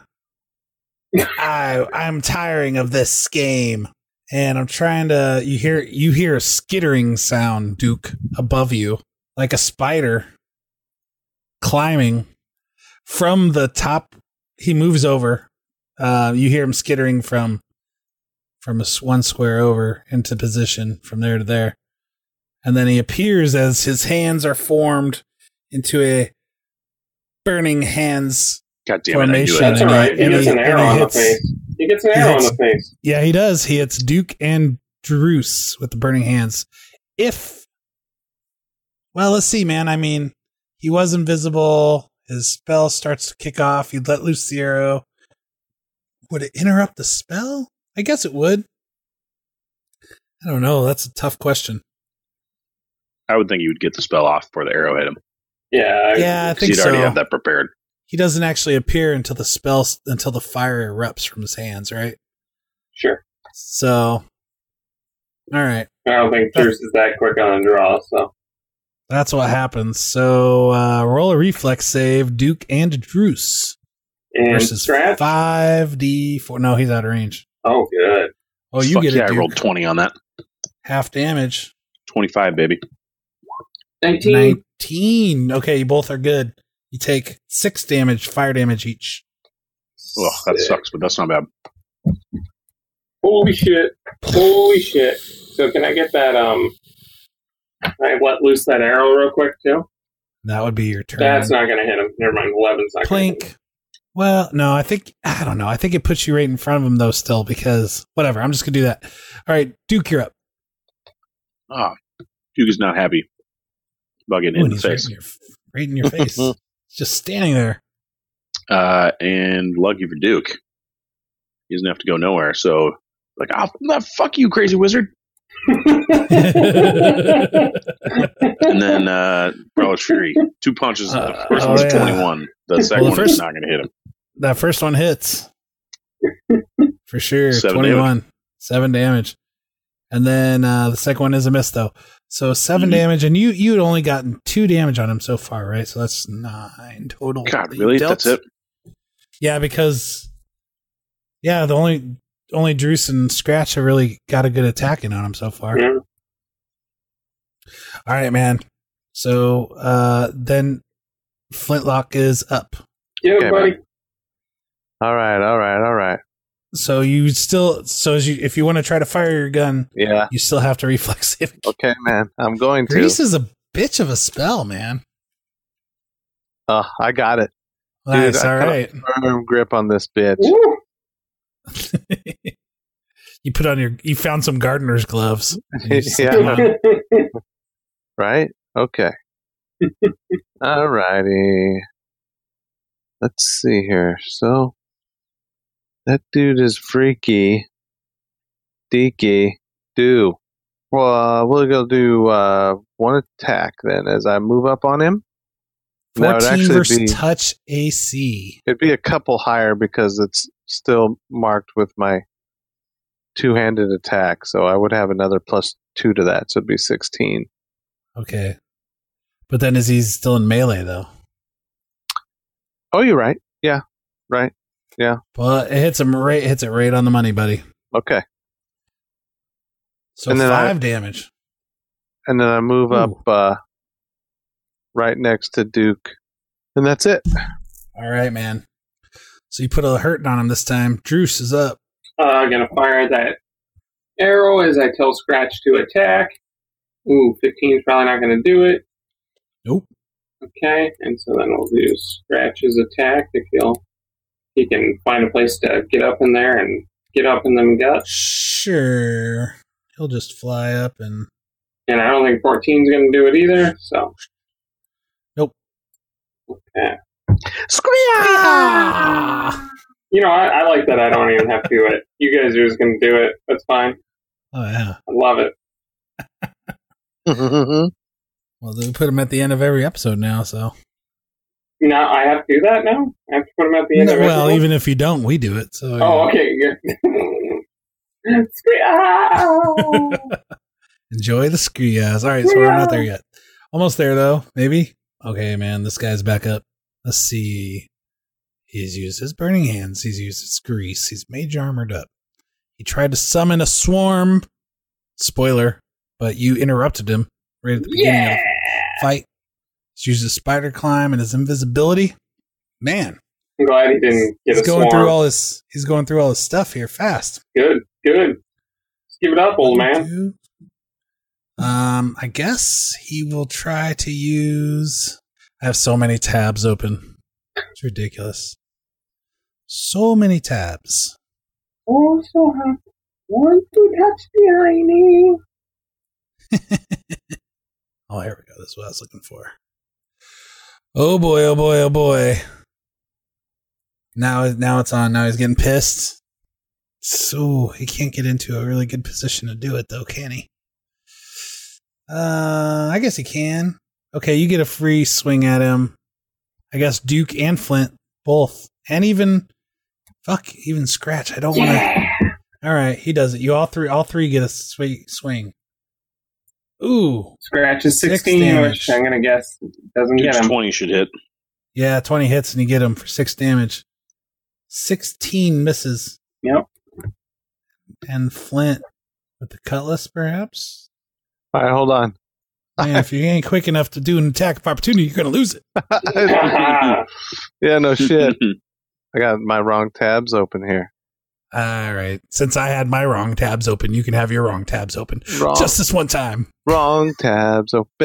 Speaker 3: I I'm tiring of this game." And I'm trying to you hear you hear a skittering sound, Duke, above you, like a spider climbing from the top. He moves over. Uh, you hear him skittering from from a s- one square over into position from there to there, and then he appears as his hands are formed into a burning hands
Speaker 4: God damn it! I knew
Speaker 3: formation.
Speaker 4: it.
Speaker 5: That's
Speaker 3: and
Speaker 5: all
Speaker 3: he-
Speaker 5: right. He
Speaker 3: and
Speaker 5: gets
Speaker 3: he-
Speaker 5: an arrow
Speaker 3: and he
Speaker 5: on the
Speaker 3: hits-
Speaker 5: face. He gets an
Speaker 3: he
Speaker 5: arrow on
Speaker 3: hits-
Speaker 5: the face.
Speaker 3: Yeah, he does. He hits Duke and Druce with the burning hands. If well, let's see, man. I mean, he was invisible. His spell starts to kick off. You let loose the arrow. Would it interrupt the spell? I guess it would. I don't know. That's a tough question.
Speaker 4: I would think you would get the spell off before the arrow hit him.
Speaker 5: Yeah.
Speaker 3: Yeah, I
Speaker 4: 'cause
Speaker 3: think
Speaker 4: You'd already have
Speaker 3: so.
Speaker 4: that prepared.
Speaker 3: He doesn't actually appear until the spell until the fire erupts from his hands, right?
Speaker 5: Sure.
Speaker 3: So, all right.
Speaker 5: I don't think Bruce is that quick on the draw. So
Speaker 3: That's what happens. So uh, roll a reflex save, Duke and Druce
Speaker 5: and
Speaker 3: versus
Speaker 5: Strat.
Speaker 3: five d four. No, he's out of range.
Speaker 5: Oh, good.
Speaker 3: Oh, you
Speaker 4: Fuck
Speaker 3: get
Speaker 4: yeah!
Speaker 3: it.
Speaker 4: I
Speaker 3: Duke.
Speaker 4: rolled twenty on that.
Speaker 3: half damage.
Speaker 4: Twenty-five, baby.
Speaker 5: Nineteen.
Speaker 3: Nineteen. Okay, you both are good. You take six damage, fire damage each.
Speaker 4: Ugh, that sucks, but that's not bad.
Speaker 5: Holy shit! Holy shit! So can I get that? Um, can I let loose that arrow real quick too.
Speaker 3: That would be your turn.
Speaker 5: That's not going to hit him. Never mind. Eleven's not. gonna hit him.
Speaker 3: Plink. Well, no, I think I don't know. I think it puts you right in front of him though, still because whatever. I'm just gonna do that. All right, Duke, you're up.
Speaker 4: Ah, Duke is not happy about getting
Speaker 3: Ooh, and
Speaker 4: hit in the
Speaker 3: he's right
Speaker 4: face.
Speaker 3: in your, right in your face, just standing there.
Speaker 4: Uh, and lucky for Duke, he doesn't have to go nowhere. So, like, oh, fuck you, crazy wizard. And then uh, Relish Fury, two punches. the
Speaker 3: Uh,
Speaker 4: first
Speaker 3: oh,
Speaker 4: one's
Speaker 3: yeah.
Speaker 4: 21. The second
Speaker 3: the
Speaker 4: one is
Speaker 3: first-
Speaker 4: not going to hit him.
Speaker 3: That first one hits for sure.
Speaker 4: Seven
Speaker 3: Twenty-one, seven damage, and then uh, the second one is a miss though. So 7
Speaker 4: Mhm.
Speaker 3: damage, and you you had only gotten two damage on him so far, right? So that's nine total.
Speaker 4: God,
Speaker 3: that you
Speaker 4: really?
Speaker 3: Oh, dealt.
Speaker 4: That's it?
Speaker 3: Yeah, because yeah, the only only Druce and Scratch have really got a good attacking on him so far.
Speaker 5: Yeah.
Speaker 3: All right, man. So uh then Flintlock is up.
Speaker 5: Get him,
Speaker 6: Okay,
Speaker 5: buddy.
Speaker 6: All right, all right, all right.
Speaker 3: So you still so as you if you want to try to fire your gun,
Speaker 6: Yeah.
Speaker 3: you still have to reflex it.
Speaker 6: Okay, man. I'm going to.
Speaker 3: Grease is a bitch of a spell, man.
Speaker 6: Uh, I got it. Dude,
Speaker 3: Nice,
Speaker 6: I
Speaker 3: all
Speaker 6: got
Speaker 3: right.
Speaker 6: a Firm grip on this bitch.
Speaker 5: Woo!
Speaker 3: You put on your you found some gardener's gloves. and you stick
Speaker 6: Yeah.
Speaker 3: them on.
Speaker 6: Right? Okay. All righty. Let's see here. So that dude is freaky. Deaky. Do. Well, uh, we'll go do uh, one attack then as I move up on him. That would
Speaker 3: 14
Speaker 6: actually
Speaker 3: versus
Speaker 6: be-
Speaker 3: touch AC.
Speaker 6: It'd be a couple higher because it's still marked with my two handed attack. So I would have another plus two to that. So it'd be 16.
Speaker 3: Okay. But then is he still in melee though?
Speaker 6: Oh, you're right.
Speaker 3: Well, it hits him right hits it right on the money, buddy.
Speaker 6: Okay.
Speaker 3: So
Speaker 6: And then I-
Speaker 3: five damage.
Speaker 6: and then I move up uh, right next to Duke, and that's it.
Speaker 3: All right, man. So you put a hurting on him this time. Druce is up.
Speaker 5: Uh, gonna fire that arrow as I tell Scratch to attack. Ooh, 15 is probably not gonna do it.
Speaker 3: Nope.
Speaker 5: Okay, and so then we'll do Scratch's attack if he'll he can find a place to get up in there and get up in them guts.
Speaker 3: Sure. He'll just fly up and
Speaker 5: And I don't think 14's gonna do it either. So.
Speaker 3: Nope.
Speaker 5: Okay. You know, I, I like that I don't even have to do it. You guys are just gonna do it. That's fine.
Speaker 3: Oh yeah.
Speaker 5: I love it.
Speaker 3: Well they put him at the end of every episode now, so
Speaker 5: Now I have to do that now. I have to put him at the end.
Speaker 3: No,
Speaker 5: of
Speaker 3: well,
Speaker 5: everything?
Speaker 3: even if you don't, we do it. So
Speaker 5: Oh, okay. Good. Scream- ah!
Speaker 3: enjoy the screas. All right, so we're not there yet. Almost there though, maybe. Okay, man, this guy's back up. Let's see. He's used his burning hands. He's used his grease. He's mage armored up. He tried to summon a swarm. Spoiler, but you interrupted him right at the beginning
Speaker 5: yeah.
Speaker 3: of the fight. He's used his spider climb and his invisibility. Man,
Speaker 5: I'm glad he didn't get
Speaker 3: he's
Speaker 5: a
Speaker 3: going
Speaker 5: swarm.
Speaker 3: through all his he's going through all his stuff here fast.
Speaker 5: good, good. Let's give it up, old
Speaker 3: One,
Speaker 5: man.
Speaker 3: two. Um, I guess he will try to use. I have so many tabs open. It's ridiculous. So many tabs.
Speaker 5: Oh, so happy. Want to touch behind me?
Speaker 3: Oh, here we go. That's what I was looking for. Oh boy! Oh boy! Oh boy! Now, now it's on. Now he's getting pissed. So he can't get into a really good position to do it, though, can he? Uh, I guess he can. Okay, you get a free swing at him. I guess Duke and Flint both, and even fuck, even Scratch. I don't want to.
Speaker 5: Yeah.
Speaker 3: All right, he does it. You all three, all three get a sweet swing. Ooh,
Speaker 5: Scratch is
Speaker 3: Six
Speaker 5: 16,
Speaker 3: damage.
Speaker 5: which I'm going to guess doesn't get
Speaker 4: Duke's
Speaker 5: him.
Speaker 4: 20 should hit.
Speaker 3: Yeah, 20 hits and you get him for six damage. 16 misses.
Speaker 5: Yep.
Speaker 3: And Flint with the cutlass, perhaps?
Speaker 6: All right, hold on.
Speaker 3: Man, if you ain't quick enough to do an attack of opportunity, you're going to lose it.
Speaker 6: yeah, no shit. I got my wrong tabs open here.
Speaker 3: All right. Since I had my wrong tabs open, you can have your wrong tabs open.
Speaker 6: Wrong,
Speaker 3: Just this one time.
Speaker 6: wrong tabs open,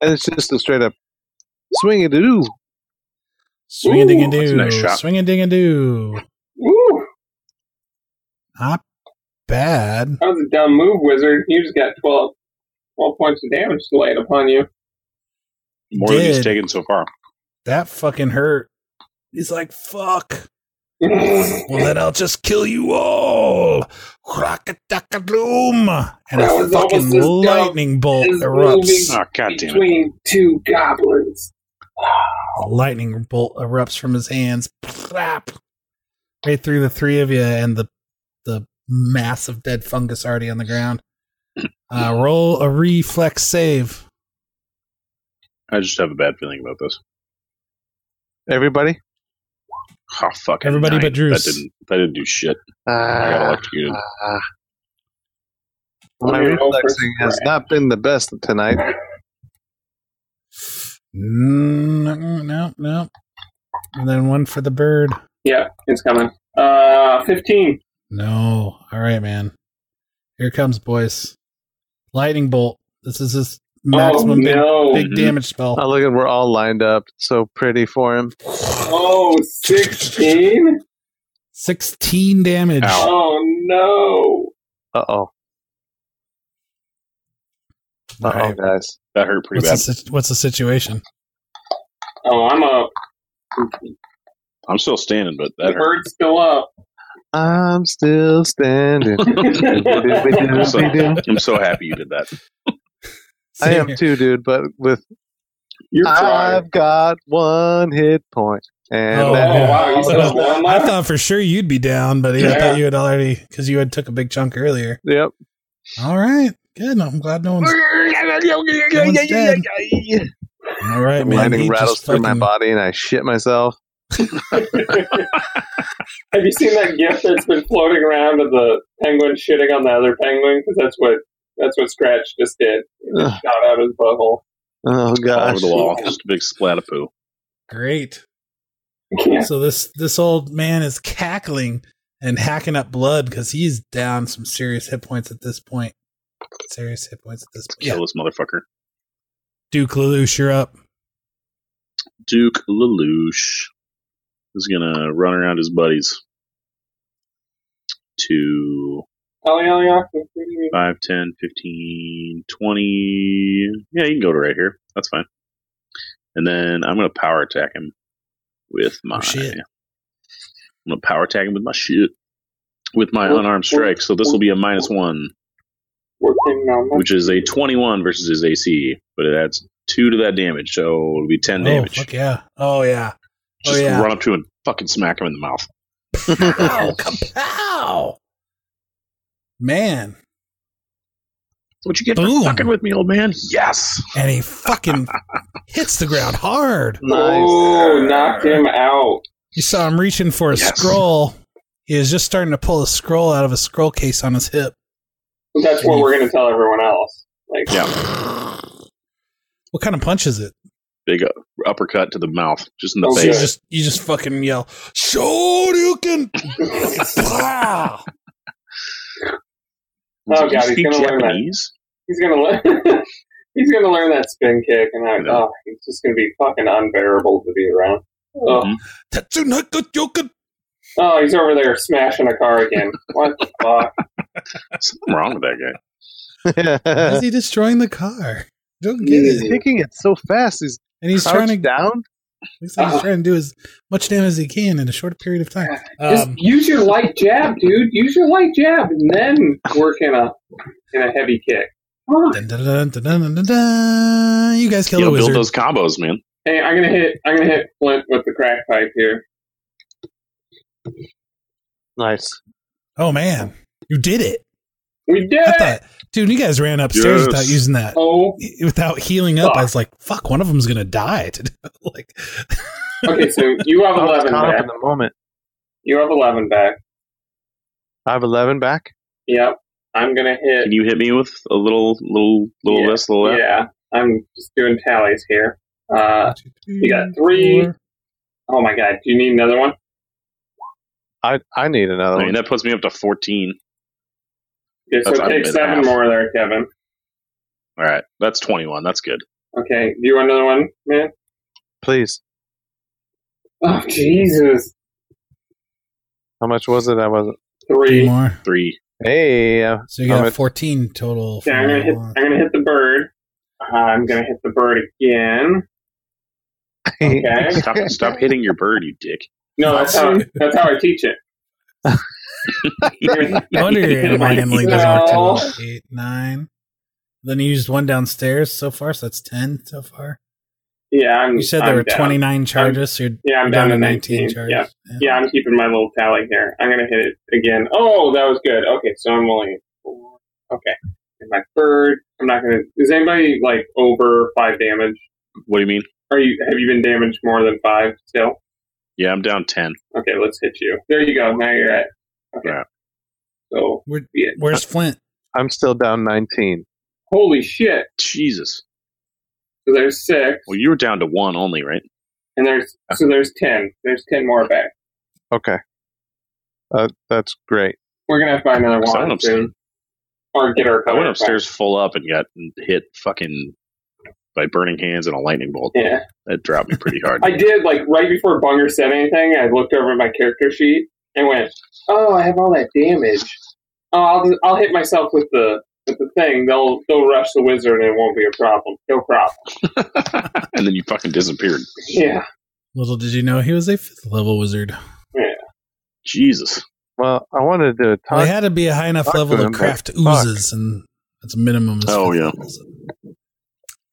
Speaker 6: and it's just a straight up swing a doo.
Speaker 3: Swing a ding a
Speaker 4: that's a
Speaker 3: doo.
Speaker 4: nice shot.
Speaker 3: Swing a ding a doo.
Speaker 5: Woo!
Speaker 3: Not bad.
Speaker 5: That was a dumb move, wizard. You just got 12, 12 points of damage laid upon you.
Speaker 4: More than he's
Speaker 3: Did.
Speaker 4: taken so far.
Speaker 3: That fucking hurt. He's like, fuck. Well, then I'll just kill you all. Crackatakadoom. And
Speaker 5: That
Speaker 3: a
Speaker 5: was almost
Speaker 3: fucking
Speaker 5: as dumb
Speaker 3: lightning bolt
Speaker 5: as
Speaker 3: erupts.
Speaker 5: moving.
Speaker 4: Oh, God damn it.
Speaker 5: Between two goblins.
Speaker 3: A lightning bolt erupts from his hands. Plap. Right through the three of you and the the mass of dead fungus already on the ground. Uh, roll a reflex save.
Speaker 4: I just have a bad feeling about this.
Speaker 6: Everybody,
Speaker 4: Oh, fuck.
Speaker 3: Everybody but
Speaker 4: Drew. That
Speaker 3: Drews.
Speaker 4: didn't, that didn't do shit. I got
Speaker 6: Ah,
Speaker 4: electrocuted.
Speaker 6: ah. my
Speaker 5: We're all
Speaker 6: reflexing has not been the best tonight.
Speaker 3: Mm, no, no. And then one for the bird.
Speaker 5: Yeah, it's coming. Uh, 15.
Speaker 3: No. All right, man. Here it comes, boys. Lightning bolt. This is his maximum
Speaker 5: oh, no.
Speaker 3: big, big damage
Speaker 6: Oh,
Speaker 3: spell.
Speaker 6: look at we're all lined up. So pretty for him.
Speaker 5: Oh, 16?
Speaker 3: 16 damage.
Speaker 4: Ow.
Speaker 5: Oh, no.
Speaker 6: Uh oh.
Speaker 3: All
Speaker 6: Uh oh,
Speaker 3: right.
Speaker 6: guys.
Speaker 4: That hurt pretty
Speaker 3: What's the,
Speaker 4: bad.
Speaker 3: sit- what's the situation?
Speaker 5: Oh, I'm up.
Speaker 4: I'm still standing, but
Speaker 5: The
Speaker 4: that hurt.
Speaker 5: bird's still up.
Speaker 6: I'm still standing.
Speaker 4: I'm so,
Speaker 6: do.
Speaker 4: I'm so happy you did that.
Speaker 6: I am
Speaker 3: Here.
Speaker 6: too, dude, but with
Speaker 4: You're
Speaker 6: I've got one hit point, and
Speaker 3: Oh,
Speaker 6: that
Speaker 3: yeah.
Speaker 5: wow, you
Speaker 6: is
Speaker 5: said
Speaker 6: all-
Speaker 5: that- one
Speaker 3: I
Speaker 5: left?
Speaker 3: thought for sure you'd be down, but yeah, I
Speaker 5: Yeah.
Speaker 3: thought you had already because you had took a big chunk earlier.
Speaker 6: Yep.
Speaker 3: All right, good. I'm glad no one's, no one's dead. All right, man.
Speaker 6: Lightning
Speaker 3: he just
Speaker 6: rattles through my
Speaker 3: fucking-
Speaker 6: body, and I shit myself.
Speaker 5: Have you seen that gif that's been floating around of the penguin shitting on the other penguin? Because that's what that's what Scratch just did. He just shot out his butthole.
Speaker 6: Oh
Speaker 4: all
Speaker 6: gosh!
Speaker 4: over the wall. Just a big splat of poo.
Speaker 3: Great.
Speaker 5: Yeah.
Speaker 3: So this this old man is cackling and hacking up blood because he's down some serious hit points at this point. Serious hit points at this point.
Speaker 4: Kill
Speaker 3: Yeah.
Speaker 4: this motherfucker.
Speaker 3: Duke Lelouch, you're up.
Speaker 4: Duke Lelouch is gonna run around his buddies to
Speaker 5: Oh, yeah, yeah.
Speaker 4: 5, 10, 15, 20. Yeah, you can go to right here. That's fine. And then I'm going to power attack him with my.
Speaker 3: Oh, shit.
Speaker 4: I'm going to power attack him with my shit. With my unarmed strike. So this will be a minus one,
Speaker 5: Working on that.
Speaker 4: which is a 21 versus his AC. But it adds two to that damage. So it'll be 10
Speaker 3: Oh,
Speaker 4: damage.
Speaker 3: fuck yeah. Oh, yeah.
Speaker 4: Just
Speaker 3: oh, yeah.
Speaker 4: run up to him and fucking smack him in the mouth.
Speaker 3: Pow, kapow. Man.
Speaker 4: What you get
Speaker 3: Boom.
Speaker 4: for fucking with me, old man? Yes.
Speaker 3: And he fucking hits the ground hard.
Speaker 5: Oh, knocked him out.
Speaker 3: You saw him reaching for a
Speaker 4: Yes.
Speaker 3: scroll. He was just starting to pull a scroll out of a scroll case on his hip.
Speaker 5: That's what we're going to tell everyone else. Like,
Speaker 4: Yeah.
Speaker 3: What kind of punch is it?
Speaker 4: Big uh, uppercut to the mouth, just in the
Speaker 5: Oh,
Speaker 3: So you
Speaker 5: Yeah.
Speaker 4: face.
Speaker 3: just you just fucking yell, Shoryuken! Pow!
Speaker 5: Oh,
Speaker 4: Does he
Speaker 5: God, he's
Speaker 4: speak
Speaker 5: gonna learn that.
Speaker 4: Japanese?
Speaker 5: he's going to learn. He's gonna learn that spin kick, and I,
Speaker 4: Yeah.
Speaker 5: oh, he's just gonna be fucking unbearable to be around. Oh,
Speaker 4: Mhm.
Speaker 3: Tatsunoko Yoken!
Speaker 5: oh he's over there smashing a car again. what the fuck?
Speaker 4: Something wrong with that guy.
Speaker 3: Is
Speaker 6: He's
Speaker 3: he destroying the car? Don't get it.
Speaker 6: kicking it so fast. He's,
Speaker 3: And he's
Speaker 6: crouched
Speaker 3: trying to
Speaker 6: down.
Speaker 3: looks
Speaker 5: Uh-huh.
Speaker 3: like he's trying to do as much damage as he can in a short period of time.
Speaker 5: Just
Speaker 3: Um,
Speaker 5: use your light jab, dude. Use your light jab, and then work in a in a heavy kick. Come on.
Speaker 3: dun, dun, dun, dun, dun, dun, dun, dun. You guys kill
Speaker 4: Yo,
Speaker 3: the
Speaker 4: build
Speaker 3: wizard.
Speaker 4: those combos, man.
Speaker 5: Hey, I'm gonna hit. I'm gonna hit Flint with the crack pipe here.
Speaker 6: Nice.
Speaker 3: oh man, you did it!
Speaker 5: We did
Speaker 3: I
Speaker 5: it!
Speaker 3: thought, dude, you guys ran upstairs
Speaker 4: Yes.
Speaker 3: without using that,
Speaker 5: Oh,
Speaker 3: without healing up. I
Speaker 5: Fuck.
Speaker 3: was like, fuck, one of them's gonna die. Today. like,
Speaker 5: okay. So you have
Speaker 6: I was
Speaker 5: eleven
Speaker 6: caught up
Speaker 5: back.
Speaker 6: in the moment.
Speaker 5: You have eleven back.
Speaker 6: I have eleven back.
Speaker 5: Yep. I'm gonna hit.
Speaker 4: Can you hit me with a little, little, little
Speaker 5: Yeah,
Speaker 4: this, little that?
Speaker 5: Yeah. I'm just doing tallies here. Uh, you got three.
Speaker 3: Four.
Speaker 5: oh my god. Do you need another one?
Speaker 6: I I need another
Speaker 4: I mean,
Speaker 6: one.
Speaker 4: that puts me up to 14.
Speaker 5: Okay, so
Speaker 4: That's not
Speaker 5: take
Speaker 4: bad.
Speaker 5: seven more there, Kevin.
Speaker 4: All right. That's 21. That's good.
Speaker 5: Okay, do you want another one, man?
Speaker 6: Please.
Speaker 5: Oh, Jesus.
Speaker 6: How much was it? I wasn't.
Speaker 3: Two
Speaker 5: Three.
Speaker 3: more.
Speaker 4: Three.
Speaker 6: Hey, uh,
Speaker 3: So you
Speaker 6: How
Speaker 3: got
Speaker 6: much-
Speaker 3: 14 total.
Speaker 5: Okay, I'm gonna hit. I'm gonna hit the bird. Uh, I'm gonna hit the bird again. Okay.
Speaker 4: Stop, stop hitting your bird, you dick.
Speaker 5: No, that's how. That's how I teach it.
Speaker 3: No wonder your animal handling doesn't work too well. Eight, nine. Then you used one downstairs so far, so that's 10 so far.
Speaker 5: yeah, I'm.
Speaker 3: You said there
Speaker 5: I'm
Speaker 3: were
Speaker 5: down.
Speaker 3: 29 charges, so you're,
Speaker 5: Yeah, I'm
Speaker 3: you're
Speaker 5: down to 19. Yeah. Yeah, I'm keeping my little tally here. I'm gonna hit it again. Oh, that was good. Okay, so I'm only four. Okay, and my bird. I'm not gonna. Is anybody like over five damage?
Speaker 4: What do you mean?
Speaker 5: Are you? Have you been damaged more than five still?
Speaker 4: Yeah, I'm down 10.
Speaker 5: Okay, let's hit you. There you go. Now you're at. Okay.
Speaker 4: Yeah.
Speaker 5: So
Speaker 3: We're-
Speaker 5: yeah.
Speaker 3: Where's Flint?
Speaker 6: I'm still down 19.
Speaker 5: holy shit.
Speaker 4: Jesus.
Speaker 5: So there's six,
Speaker 4: Well, you were down to one only, right?
Speaker 5: and there's so there's ten. There's ten more back.
Speaker 6: Okay. Uh, that's great.
Speaker 5: We're gonna have to buy another
Speaker 4: So I went
Speaker 5: one
Speaker 4: upstairs.
Speaker 5: soon, or get our.
Speaker 4: I went
Speaker 5: cover
Speaker 4: upstairs full up and got hit fucking by burning hands and a lightning bolt.
Speaker 5: back. Yeah,
Speaker 4: That dropped me pretty hard.
Speaker 5: I did. Like right before Bunger said anything, I looked over at my character sheet and went, "Oh, I have all that damage. Oh, I'll I'll hit myself with the with the thing. They'll they'll rush the wizard and it won't be a problem. No problem.
Speaker 4: and then you fucking disappeared.
Speaker 5: Yeah,
Speaker 3: Little did you know he was a fifth level wizard.
Speaker 4: Jesus.
Speaker 6: Well, I wanted to
Speaker 3: They
Speaker 6: talk.
Speaker 3: had to be a high enough
Speaker 6: Fuck
Speaker 3: level
Speaker 6: them,
Speaker 3: to
Speaker 6: but
Speaker 3: craft
Speaker 6: fuck.
Speaker 3: oozes, and that's a minimum. is
Speaker 4: Oh,
Speaker 3: fifth
Speaker 4: yeah.
Speaker 3: levels.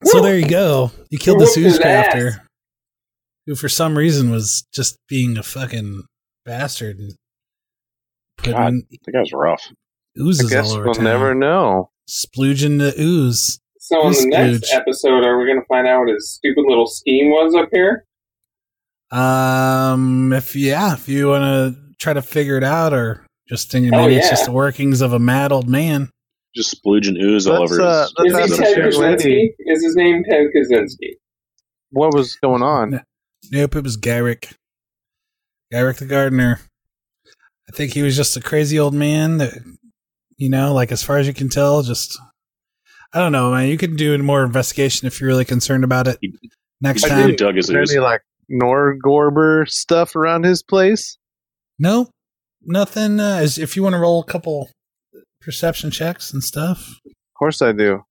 Speaker 3: So there you go. You killed
Speaker 5: Who
Speaker 3: this
Speaker 5: whooped his
Speaker 3: ooze crafter, who for some reason was just being a fucking bastard and
Speaker 4: God.
Speaker 3: putting
Speaker 4: That guy's rough.
Speaker 6: I
Speaker 3: oozes
Speaker 6: guess
Speaker 3: all over
Speaker 6: we'll
Speaker 3: town.
Speaker 6: never know.
Speaker 3: Splooging the ooze.
Speaker 5: So in
Speaker 3: He's
Speaker 5: the next
Speaker 3: huge.
Speaker 5: episode, are we going to find out what his stupid little scheme was up here?
Speaker 3: Um, if yeah, if you want to try to figure it out, or just thinking
Speaker 5: Oh,
Speaker 3: maybe it's
Speaker 5: yeah.
Speaker 3: just the workings of a mad old man.
Speaker 4: Just splooging ooze all
Speaker 6: Let's,
Speaker 4: over
Speaker 6: uh,
Speaker 4: his.
Speaker 6: let's
Speaker 4: his
Speaker 5: Is he
Speaker 6: ask
Speaker 5: Ted
Speaker 6: Ted
Speaker 4: upstairs.
Speaker 6: Kaczynski.
Speaker 5: Kaczynski? Is his name Ted Kaczynski?
Speaker 6: What was going on?
Speaker 3: Nope, it was Gyrick. Gyrick the gardener. I think he was just a crazy old man that, you know, like as far as you can tell, just. I don't know, man. You can do more investigation if you're really concerned about it. Next
Speaker 4: He
Speaker 6: I
Speaker 3: time.
Speaker 6: did.
Speaker 4: dug his
Speaker 6: Is there
Speaker 4: ooze.
Speaker 6: any like Norgorber stuff around his place?
Speaker 3: No, nothing. Uh, is- if you want to roll a couple perception checks and stuff
Speaker 6: Of course I do.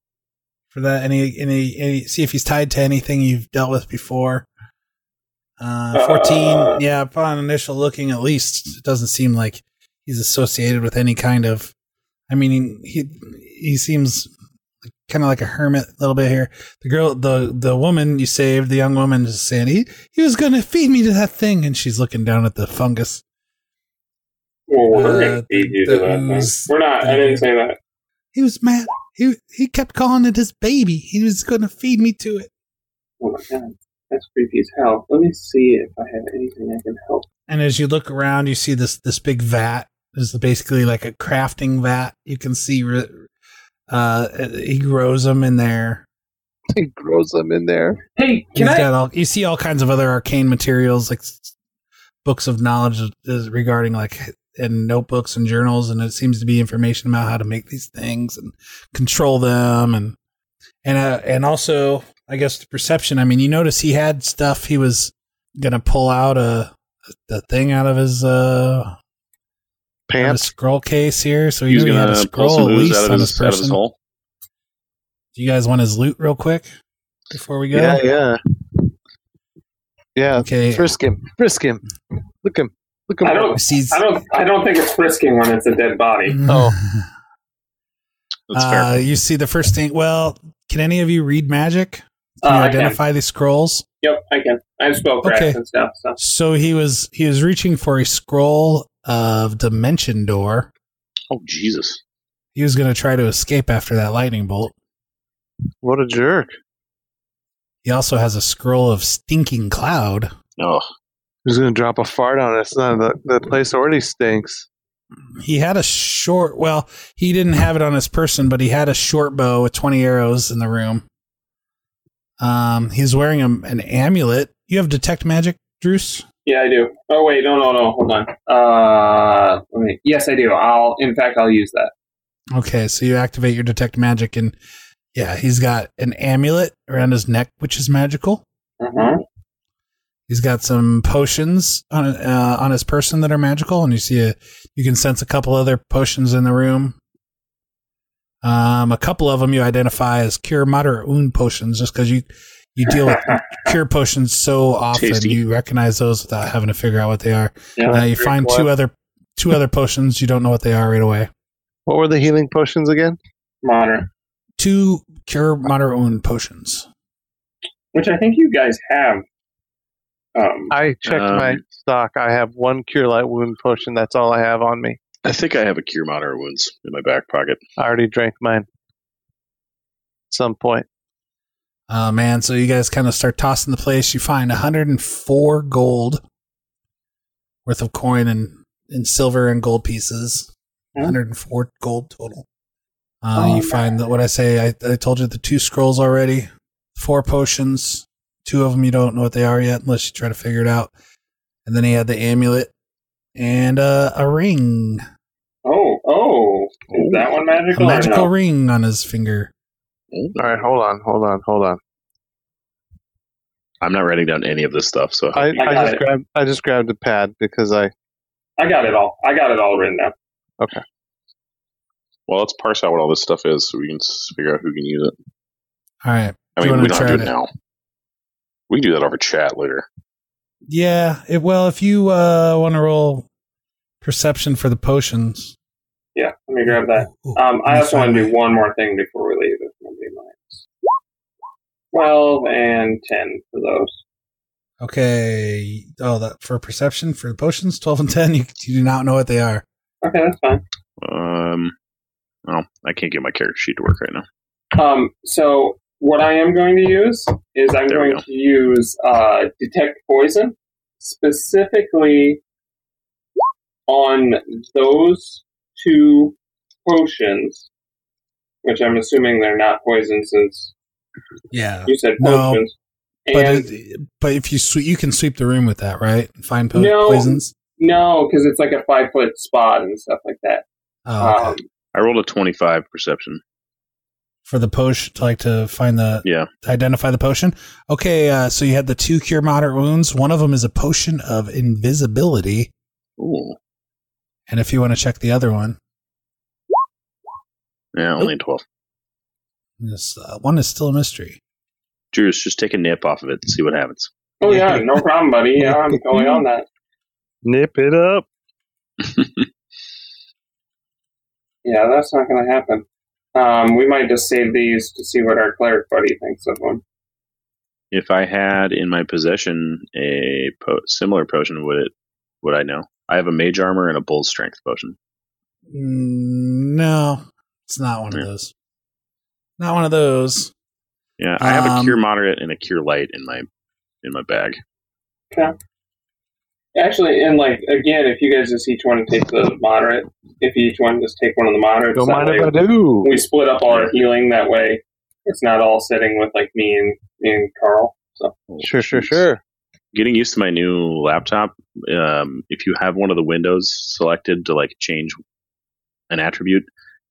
Speaker 3: for that, any, any, any, see if he's tied to anything you've dealt with before. Uh, 14.
Speaker 5: Uh.
Speaker 3: yeah, upon initial looking, at least, it doesn't seem like he's associated with any kind of. I mean, he he seems kind of like a hermit a little bit here. The girl, the the woman you saved, the young woman is saying he, he was going to feed me to that thing, and she's looking down at the fungus.
Speaker 5: Well, we're
Speaker 3: Uh,
Speaker 5: going to feed you
Speaker 3: the
Speaker 5: to that. Thing.
Speaker 3: ooze.
Speaker 5: We're not. I didn't say that.
Speaker 3: He was mad. He he kept calling it his baby. He was going to feed me to it.
Speaker 5: Oh my god, that's creepy as hell. Let me see if I have anything I can help.
Speaker 3: And as you look around, you see this this big vat is basically like a crafting vat. You can see re- uh, he grows them in there.
Speaker 6: He grows them in there.
Speaker 5: Hey,
Speaker 3: He's
Speaker 5: can I?
Speaker 3: got all, you see all kinds of other arcane materials, like s- books of knowledge is regarding like and notebooks and journals, and it seems to be information about how to make these things and control them, and and uh, and also I guess the perception. I mean, you notice he had stuff he was gonna pull out a the thing out of his uh out of his
Speaker 6: Pants.
Speaker 3: scroll case here, so he
Speaker 4: He's
Speaker 3: knew he had a
Speaker 4: gonna
Speaker 3: scroll
Speaker 4: pull some
Speaker 3: at
Speaker 4: ooze
Speaker 3: least
Speaker 4: out
Speaker 3: on
Speaker 4: of
Speaker 3: his
Speaker 4: his, out of his
Speaker 3: person.
Speaker 4: hole.
Speaker 3: Do you guys want his loot real quick before we go?
Speaker 6: Yeah, yeah. Yeah.
Speaker 3: Okay.
Speaker 6: Frisk him. Frisk him. Look him. Look him.
Speaker 5: I
Speaker 3: You
Speaker 5: don't.
Speaker 3: see-
Speaker 5: I don't. I don't think it's frisking when it's a dead body.
Speaker 3: Mm-hmm.
Speaker 6: Oh.
Speaker 4: That's
Speaker 3: Uh,
Speaker 4: fair.
Speaker 3: you see the first thing. Well, can any of you read magic?
Speaker 5: Uh,
Speaker 3: Can you
Speaker 5: I can.
Speaker 3: identify these scrolls?
Speaker 5: Yep, I can. I have spellcraft
Speaker 3: Okay.
Speaker 5: and stuff. So
Speaker 3: So he was he was reaching for a scroll of dimension door.
Speaker 4: Oh, Jesus.
Speaker 3: He was going to try to escape after that lightning bolt.
Speaker 6: What a jerk.
Speaker 3: He also has a scroll of stinking cloud.
Speaker 4: Oh,
Speaker 6: Who's gonna drop a fart on us? No, the, the place already stinks.
Speaker 3: He had a short. Well, he didn't have it on his person, but he had a short bow with twenty arrows in the room. Um, he's wearing a, an amulet. You have detect magic, Druce?
Speaker 5: Yeah, I do. Oh wait, no, no, no. Hold on. Uh, let me- yes, I do. I'll. In fact, I'll use that.
Speaker 3: Okay, so you activate your detect magic, and yeah, he's got an amulet around his neck, which is magical.
Speaker 5: Uh-huh.
Speaker 3: He's got some potions on uh, on his person that are magical, and you see a you can sense a couple other potions in the room. Um, a couple of them you identify as cure moderate wound potions, just because you you deal with cure potions so often,
Speaker 4: Tasty.
Speaker 3: you recognize those without having to figure out what they are.
Speaker 5: Yeah,
Speaker 3: Uh, you find two other two other potions you don't know what they are right away.
Speaker 6: What were the healing potions again?
Speaker 5: Modern,
Speaker 3: Two cure moderate wound potions.
Speaker 5: which I think you guys have. Um,
Speaker 6: I checked
Speaker 4: Um,
Speaker 6: my stock. I have one cure light wound potion. That's all I have on me.
Speaker 4: I think I have a cure moderate wounds in my back pocket.
Speaker 6: I already drank mine. Some point.
Speaker 3: Oh man, so you guys kind of start tossing the place. You find 104 gold worth of coin and, and silver and gold pieces.
Speaker 5: Hmm.
Speaker 3: 104 gold total. Uh,
Speaker 5: Oh,
Speaker 3: you find that what I say, I, I told you the two scrolls already, four potions, two of them you don't know what they are yet unless you try to figure it out. And then he had the amulet and uh, a ring,
Speaker 5: oh, oh, is that one
Speaker 3: a
Speaker 5: magical?
Speaker 3: magical
Speaker 5: or no?
Speaker 3: ring on his finger.
Speaker 5: Mm-hmm.
Speaker 6: All right, hold on, hold on, hold on.
Speaker 4: I'm not writing down any of this stuff, so
Speaker 6: I,
Speaker 4: help me
Speaker 6: I
Speaker 5: got
Speaker 6: just
Speaker 5: it.
Speaker 6: grabbed I just grabbed a pad because I
Speaker 5: I got it all. I got it all written down.
Speaker 4: Well, let's parse out what all this stuff is so we can s- figure out who can use it.
Speaker 3: All right.
Speaker 4: I
Speaker 3: Do you wanna
Speaker 4: mean, we don't have to
Speaker 3: try
Speaker 4: do
Speaker 3: it?
Speaker 4: it now. We can do that over chat later.
Speaker 3: Yeah. It, well, if you uh, want to roll perception for the potions,
Speaker 5: Yeah, let me grab that.
Speaker 3: Ooh,
Speaker 5: Um,
Speaker 3: let
Speaker 5: I
Speaker 3: me
Speaker 5: also want
Speaker 3: find
Speaker 5: to
Speaker 3: my-
Speaker 5: do one more thing before we leave. If nobody minds. Twelve and ten for those.
Speaker 3: Okay. Oh, that for perception for the potions, twelve and ten. You, you do not know what they are.
Speaker 5: Okay, that's fine.
Speaker 4: Um, well, I can't get my character sheet to work right now.
Speaker 5: Um, so what I am going to use is I'm
Speaker 4: There we
Speaker 5: going
Speaker 4: go.
Speaker 5: to use uh, detect poison specifically on those two potions, which I'm assuming they're not poison since
Speaker 3: Yeah.
Speaker 5: you said
Speaker 3: No,
Speaker 5: potions.
Speaker 3: But
Speaker 5: and
Speaker 3: it, but if you sweep, you can sweep the room with that, right? And find po-
Speaker 5: No.
Speaker 3: poisons.
Speaker 5: no, because it's like a five foot spot and stuff like that.
Speaker 3: Oh, okay.
Speaker 5: Um,
Speaker 4: I rolled a 25 perception.
Speaker 3: for the potion, to like to find the
Speaker 4: Yeah.
Speaker 3: to identify the potion. Okay. Uh, so you had the two cure moderate wounds. One of them is a potion of invisibility,
Speaker 4: Ooh.
Speaker 3: and if you want to check the other one,
Speaker 4: Yeah, only a 12.
Speaker 3: this uh, one is still a mystery.
Speaker 4: Drew's just take a nip off of it and see what happens.
Speaker 5: oh yeah, no problem, buddy. Yeah, I'm going on that.
Speaker 6: nip it up.
Speaker 5: Yeah, that's not going to happen. Um, we might just save these to see what our cleric buddy thinks of them.
Speaker 4: If I had in my possession a po- similar potion, would it? Would I know? I have a mage armor and a bull strength potion.
Speaker 3: Mm, no, it's not one
Speaker 4: Yeah.
Speaker 3: of those. Not one of those.
Speaker 4: Yeah, I have a
Speaker 3: Um,
Speaker 4: cure moderate and a cure light in my in my bag.
Speaker 5: Actually, and like again, if you guys just each one take the moderate, if each one just take one of the moderates,
Speaker 6: Don't
Speaker 5: that
Speaker 6: mind
Speaker 5: way
Speaker 6: if I do.
Speaker 5: we split up all our healing. That way, it's not all sitting with like me and me and Carl. So
Speaker 6: Sure, sure, sure.
Speaker 4: Getting used to my new laptop. Um, if you have one of the windows selected to like change an attribute,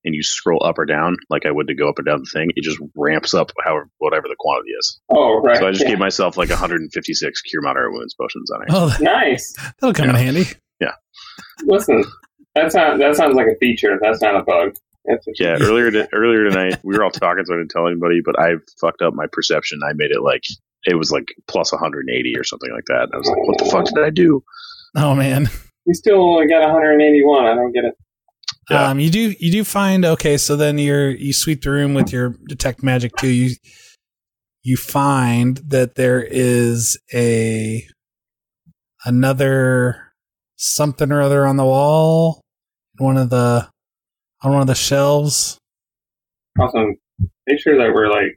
Speaker 4: and you scroll up or down, like I would to go up or down the thing, it just ramps up however whatever the quantity is.
Speaker 5: oh right,
Speaker 4: So I just
Speaker 5: yeah.
Speaker 4: gave myself like 156 cure moderate wounds potions on it.
Speaker 3: Oh, that-
Speaker 5: nice.
Speaker 3: that'll come in
Speaker 4: Yeah.
Speaker 3: handy.
Speaker 5: Listen, that sounds that sounds like a feature. That's not a bug. That's a
Speaker 4: Yeah, earlier to, earlier tonight we were all talking, so I didn't tell anybody. But I fucked up my perception. I made it like it was like plus 180 or something like that. And I was like, "What the fuck did I do?"
Speaker 3: Oh man,
Speaker 5: You still only got 181. I don't get it.
Speaker 4: Yeah.
Speaker 3: um, you do you do find okay. So then you're you sweep the room with your detect magic too. You you find that there is a another something or other on the wall, one of the on one of the shelves.
Speaker 5: Also, make sure that we're like.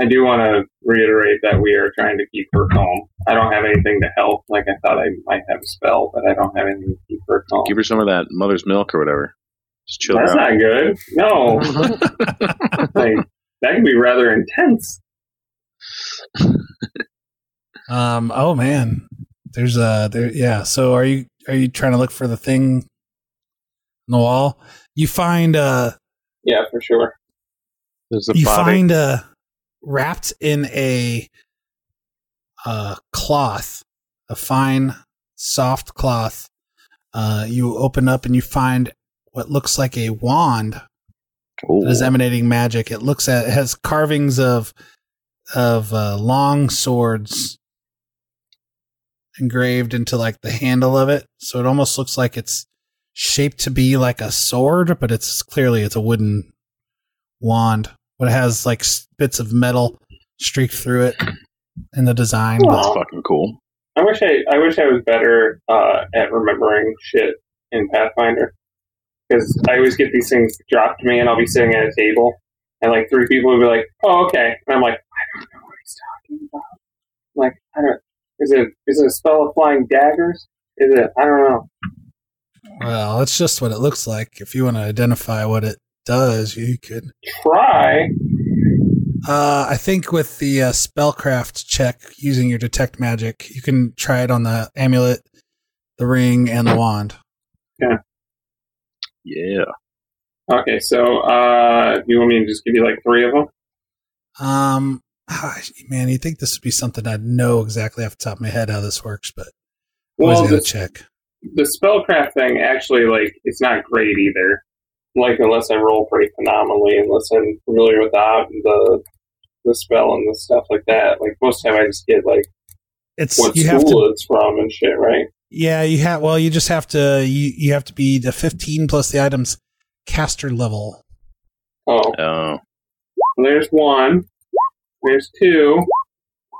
Speaker 5: I do want to reiterate that we are trying to keep her calm. I don't have anything to help. Like I thought I might have a spell, but I don't have anything to keep her calm.
Speaker 4: Give her some of that mother's milk or whatever. Just chill her
Speaker 5: That's
Speaker 4: out.
Speaker 5: not good. No, like that could be rather intense.
Speaker 3: Um, oh man, There's a there. Yeah. So are you are you trying to look for the thing on the wall? You find uh
Speaker 5: Yeah, for sure.
Speaker 6: There's a
Speaker 3: you
Speaker 6: body.
Speaker 3: find uh wrapped in a uh cloth, a fine soft cloth. Uh, you open up and you find what looks like a wand
Speaker 4: Ooh.
Speaker 3: that is emanating magic. It looks at it has carvings of of uh, long swords engraved into like the handle of it, so it almost looks like it's shaped to be like a sword, but it's clearly it's a wooden wand, but it has like s- bits of metal streaked through it in the design.
Speaker 4: That's
Speaker 5: Aw.
Speaker 4: fucking cool.
Speaker 5: I wish I I wish I was better uh, at remembering shit in Pathfinder because I always get these things dropped to me, and I'll be sitting at a table, and like three people will be like, "Oh, okay," and I'm like, "I don't know what he's talking about." I'm like, I don't. Is it is it a spell of flying daggers? Is it? I don't know.
Speaker 3: Well, it's just what it looks like. If you want to identify what it does, you could
Speaker 5: Try.
Speaker 3: Uh, I think with the uh, spellcraft check using your detect magic, you can try it on the amulet, the ring, and the wand.
Speaker 4: Yeah.
Speaker 5: Okay, so uh, you want me to just give you like three of them?
Speaker 3: Um, ah, man, you think this would be something I'd know exactly off the top of my head how this works, but always
Speaker 5: Well,
Speaker 3: gotta
Speaker 5: the,
Speaker 3: check.
Speaker 5: the spellcraft thing actually like it's not great either. Like unless I roll pretty phenomenally, unless I'm familiar with the the the spell and the stuff like that. Like most time, I just get like
Speaker 3: It's
Speaker 5: what
Speaker 3: you
Speaker 5: school
Speaker 3: have to,
Speaker 5: it's from and shit, right?
Speaker 3: yeah, you have. Well, you just have to. You you have to be the fifteen plus the item's caster level.
Speaker 5: Oh,
Speaker 4: Oh.
Speaker 5: there's one, there's two,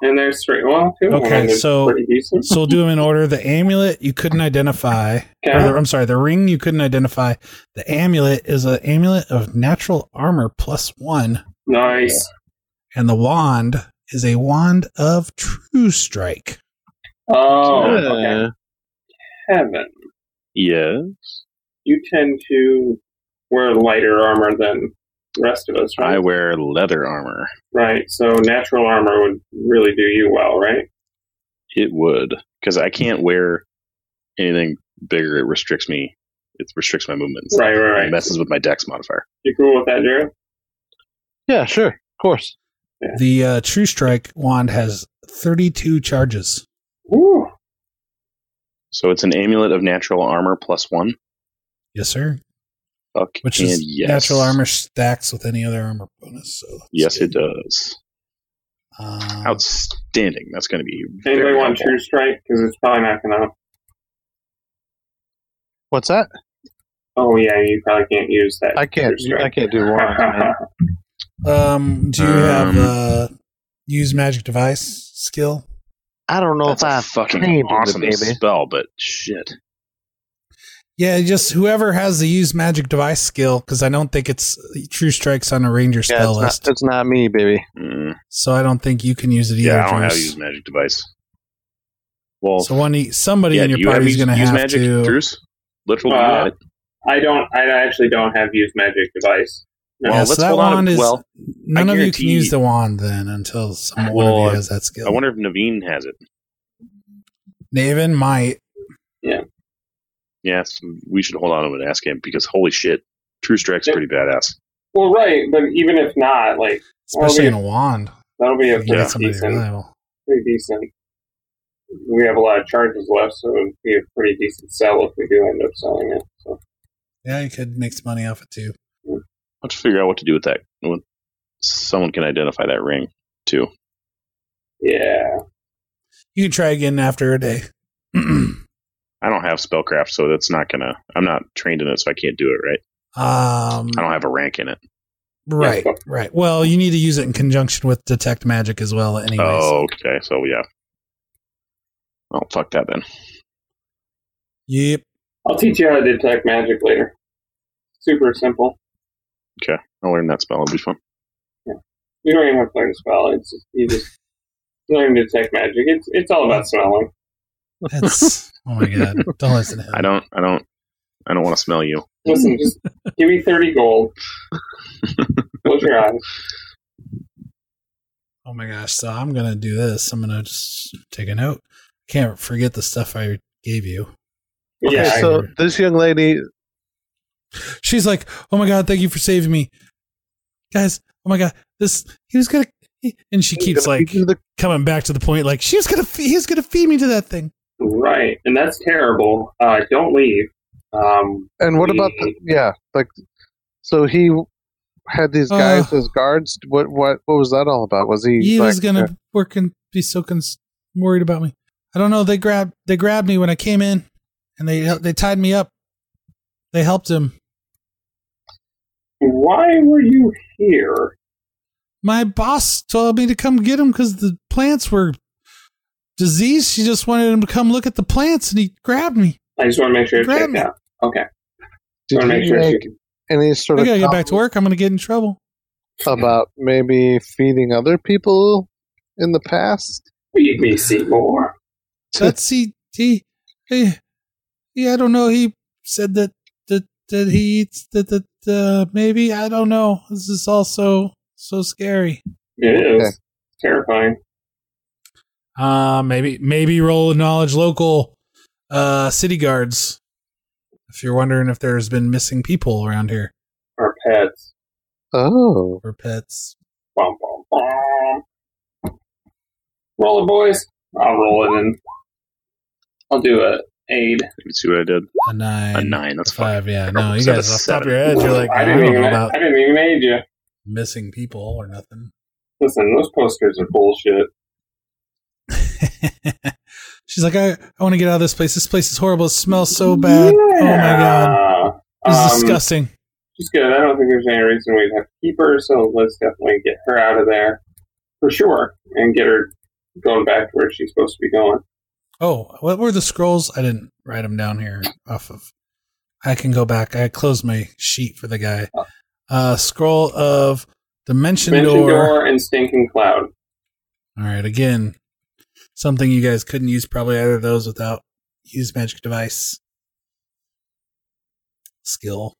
Speaker 5: and there's three. Well, two. of them
Speaker 3: Okay,
Speaker 5: is
Speaker 3: so-
Speaker 5: pretty decent.
Speaker 3: So we'll do them in order. The amulet you couldn't identify. Or
Speaker 5: Okay.
Speaker 3: the- I'm sorry, the ring you couldn't identify. The amulet is an amulet of natural armor plus one,
Speaker 5: Nice.
Speaker 3: and the wand is a wand of true strike.
Speaker 5: Oh, okay.
Speaker 6: Yeah.
Speaker 5: heaven.
Speaker 4: Yeah.
Speaker 5: You tend to wear lighter armor than the rest of us, right?
Speaker 4: I wear leather armor.
Speaker 5: Right. So natural armor would really do you well, right?
Speaker 4: It would. Because I can't wear anything bigger. It restricts me. It restricts my movements.
Speaker 5: Right, right,
Speaker 4: It
Speaker 5: right.
Speaker 4: messes with my dex modifier.
Speaker 5: You cool with that, Jared?
Speaker 6: Yeah, sure. Of course.
Speaker 3: The uh, true strike wand has 32 charges.
Speaker 5: Ooh.
Speaker 4: So it's an amulet of natural armor plus one.
Speaker 3: Yes, sir.
Speaker 4: Fuck
Speaker 3: Which
Speaker 4: and
Speaker 3: is
Speaker 4: yes.
Speaker 3: natural armor stacks with any other armor bonus. So that's
Speaker 4: Yes, it
Speaker 3: good.
Speaker 4: does.
Speaker 3: Um,
Speaker 4: Outstanding. That's going to be.
Speaker 5: Anybody
Speaker 4: very
Speaker 5: want
Speaker 4: helpful.
Speaker 5: True Strike? Because it's probably not gonna.
Speaker 6: What's that?
Speaker 5: Oh yeah, you probably can't use that.
Speaker 6: I can't.
Speaker 5: True
Speaker 6: I
Speaker 5: Strike.
Speaker 6: can't do one. man.
Speaker 3: um, do you have
Speaker 4: Um,
Speaker 3: uh, use magic device skill?
Speaker 6: I don't know
Speaker 4: That's
Speaker 6: if I
Speaker 4: a fucking
Speaker 6: named it,
Speaker 4: awesome
Speaker 6: baby.
Speaker 4: spell, but shit.
Speaker 3: Yeah, just whoever has the use magic device skill, because I don't think it's uh, true strikes on a ranger
Speaker 6: Yeah,
Speaker 3: spell
Speaker 6: it's,
Speaker 3: list.
Speaker 6: not, it's not me, baby.
Speaker 4: Mm.
Speaker 3: so I don't think you can use it either.
Speaker 4: Yeah, I don't have
Speaker 3: Drews.
Speaker 4: use magic device. Well,
Speaker 3: So one, e- somebody
Speaker 4: yeah,
Speaker 3: in
Speaker 4: do
Speaker 3: your
Speaker 4: you have
Speaker 3: party
Speaker 4: use,
Speaker 3: is going to
Speaker 4: use
Speaker 3: have
Speaker 4: magic,
Speaker 3: to.
Speaker 4: Drews? Literal, you
Speaker 5: Uh,
Speaker 4: got it.
Speaker 5: I don't. I actually don't have use magic device.
Speaker 3: Yeah,
Speaker 4: Well,
Speaker 3: so
Speaker 4: let's
Speaker 3: that
Speaker 4: hold on.
Speaker 3: wand is
Speaker 4: well,
Speaker 3: none
Speaker 4: I
Speaker 3: of you can
Speaker 4: guarantee-
Speaker 3: use the wand then until someone one
Speaker 4: Well,
Speaker 3: of you has that skill.
Speaker 4: I wonder if Naveen has it.
Speaker 3: Naven might.
Speaker 4: Yeah, so we should hold on to it and ask him because holy shit, True Strike's
Speaker 5: Yeah.
Speaker 4: pretty badass.
Speaker 5: Well, right, but even if not, like
Speaker 3: Especially
Speaker 5: we-
Speaker 3: in a wand.
Speaker 5: that'll be a
Speaker 3: You can
Speaker 5: pretty
Speaker 3: get somebody
Speaker 5: decent.
Speaker 3: reliable.
Speaker 5: Pretty decent. We have a lot of charges left, so it'd be a pretty decent sell if we do end up selling it. So.
Speaker 3: Yeah, you could make some money off it too.
Speaker 4: I'll have to figure out what to do with that. When someone can identify that ring too.
Speaker 5: Yeah.
Speaker 3: You can try again after a day. Um,
Speaker 4: I don't have spellcraft, so that's not gonna. I'm not trained in it, so I can't do it. Right?
Speaker 3: um,
Speaker 4: I don't have a rank in it.
Speaker 3: right, right. Well, you need to use it in conjunction with detect magic as well. Anyways,
Speaker 4: Oh, okay. So yeah. Oh fuck that then.
Speaker 3: yep.
Speaker 5: I'll teach you how to detect magic later. Super simple.
Speaker 4: I'll learn that spell. It'll be fun.
Speaker 5: You don't even have to learn to spell. It's just, you just learn to detect magic. It's it's all about smelling.
Speaker 3: That's oh my god! Don't listen to him.
Speaker 4: I don't. I don't. I don't want to smell you.
Speaker 5: Listen, just give me thirty gold. Close your eyes.
Speaker 3: Oh my gosh. So I'm going to do this. I'm going to just take a note. Can't forget the stuff I gave you.
Speaker 5: Yeah,
Speaker 6: Okay,
Speaker 5: I-
Speaker 6: so this young lady,
Speaker 3: She's like, "Oh my god, thank you for saving me, guys! Oh my god, this he was gonna." he-" And she keeps like
Speaker 6: the,
Speaker 3: coming back to the point, like she's gonna fe- he's gonna feed me to that thing.
Speaker 5: right, and that's terrible. Uh, don't leave. Um,
Speaker 6: and what about the, yeah, like so he had these
Speaker 3: Uh,
Speaker 6: guys as guards. What what what was that all about? Was he?
Speaker 3: He
Speaker 6: like, uh,
Speaker 3: was gonna work and be so con- worried about me. I don't know. They grabbed they grabbed me when I came in, and they hel- they tied me up. They helped him.
Speaker 5: why were you here?
Speaker 3: My boss told me to come get him because the plants were diseased. She just wanted him to come look at the plants, and he grabbed me.
Speaker 5: I just want to make sure it's
Speaker 3: Grab
Speaker 5: checked
Speaker 3: me.
Speaker 5: out. Okay,
Speaker 6: Did
Speaker 5: Wanna
Speaker 6: he
Speaker 5: make sure she-
Speaker 6: make any sort
Speaker 3: I
Speaker 6: of
Speaker 3: gotta get back to work. I'm gonna get in trouble.
Speaker 6: comment about maybe feeding other people in the past?
Speaker 5: feed me, Seymour.
Speaker 3: That's he, he, he, he, I don't know. He said that that that he eats that that uh, maybe I don't know. This is also so scary.
Speaker 5: It is
Speaker 6: Okay.
Speaker 5: terrifying.
Speaker 3: Uh maybe maybe roll a knowledge local uh city guards. If you're wondering if there's been missing people around here
Speaker 5: Our pets.
Speaker 6: Oh,
Speaker 3: or pets.
Speaker 5: Bum, bum, bum. Roll it, boys. I'll roll it in. I'll do a aid.
Speaker 4: Let me see what I did.
Speaker 3: A nine.
Speaker 4: A nine. That's fine.
Speaker 3: Five, yeah. No, you
Speaker 4: Set a
Speaker 3: guys off the top of
Speaker 4: seven.
Speaker 3: your head, you're like,
Speaker 5: I
Speaker 3: I
Speaker 5: didn't
Speaker 3: don't
Speaker 5: even.
Speaker 3: know about
Speaker 5: I didn't even aid you.
Speaker 3: missing people or nothing.
Speaker 5: Listen, those posters are bullshit.
Speaker 3: She's like, I, I want to get out of this place. This place is horrible. It smells so bad. Oh my god. This is
Speaker 5: disgusting.
Speaker 3: disgusting.
Speaker 5: She's good. Um, I don't think there's any reason we'd have to keep her, so let's definitely get her out of there for sure and get her going back to where she's supposed to be going.
Speaker 3: Oh, what were the scrolls? I didn't write them down here off of. I can go back. I closed my sheet for the guy. Uh, scroll of dimension,
Speaker 5: Mention
Speaker 3: door.
Speaker 5: door and stinking cloud.
Speaker 3: All right, again, something you guys couldn't use probably either of those without use magic device skill.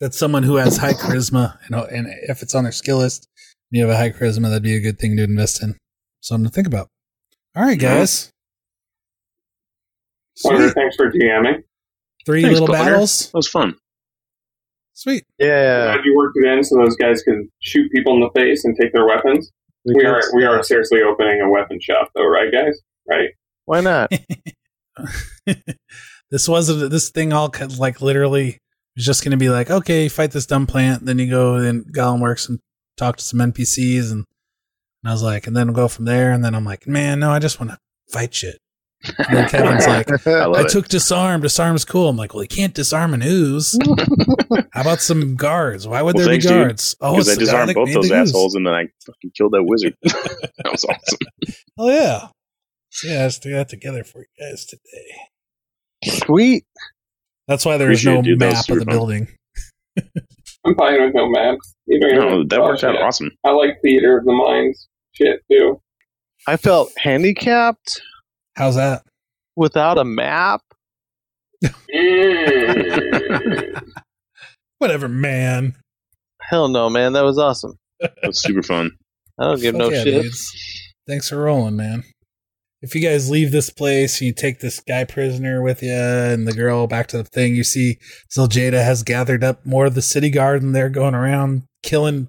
Speaker 3: That's someone who has high charisma, and and if it's on their skill list, and you have a high charisma, that'd be a good thing to invest in. Something to think about. All right, guys.
Speaker 5: Wonder,
Speaker 3: Sweet.
Speaker 5: thanks for DMing.
Speaker 3: Three
Speaker 4: Thanks,
Speaker 3: little
Speaker 4: Butler.
Speaker 3: battles.
Speaker 4: That was fun.
Speaker 3: Sweet.
Speaker 6: yeah.
Speaker 5: Glad you worked it in so those guys could shoot people in the face and take their weapons. We are we are seriously opening a weapon shop though, right, guys? Right?
Speaker 6: Why not?
Speaker 3: this wasn't this thing all could, like literally was just going to be like okay fight this dumb plant then you go in Gollum works and talk to some npcs and, and i was like and then we'll go from there and then i'm like man no i just want to fight shit and then kevin's like
Speaker 4: I love
Speaker 3: Uh, i
Speaker 4: it.
Speaker 3: took disarm disarm's cool i'm like well you can't disarm an ooze how about some guards why would
Speaker 4: Well,
Speaker 3: there
Speaker 4: thanks,
Speaker 3: be
Speaker 4: dude,
Speaker 3: guards oh
Speaker 4: because I
Speaker 3: it's the guy
Speaker 4: disarmed
Speaker 3: that
Speaker 4: both
Speaker 3: made
Speaker 4: those
Speaker 3: the ooze.
Speaker 4: assholes and then I fucking killed that wizard. that was awesome.
Speaker 3: oh yeah so yeah let's do that together for you guys today
Speaker 6: Sweet.
Speaker 3: that's why there is
Speaker 4: Appreciate
Speaker 3: no
Speaker 4: it, dude. That was
Speaker 3: map of
Speaker 4: super
Speaker 3: the
Speaker 4: fun.
Speaker 3: building
Speaker 5: I'm fine with no maps. You don't even
Speaker 4: No,
Speaker 5: have to
Speaker 4: that worked
Speaker 5: talk
Speaker 4: out
Speaker 5: yet.
Speaker 4: awesome.
Speaker 5: I like theater of the minds shit too.
Speaker 6: I felt handicapped
Speaker 3: how's that
Speaker 6: without a map.
Speaker 5: Mm.
Speaker 3: Whatever, man.
Speaker 6: Hell no, man. That was awesome.
Speaker 4: That was super fun.
Speaker 6: I don't give
Speaker 3: Fuck
Speaker 6: no
Speaker 3: yeah,
Speaker 6: shit.
Speaker 3: dudes. Thanks for rolling, man. If you guys leave this place, you take this guy prisoner with you and the girl back to the thing, you see Ziljada has gathered up more of the city guard and they're going around killing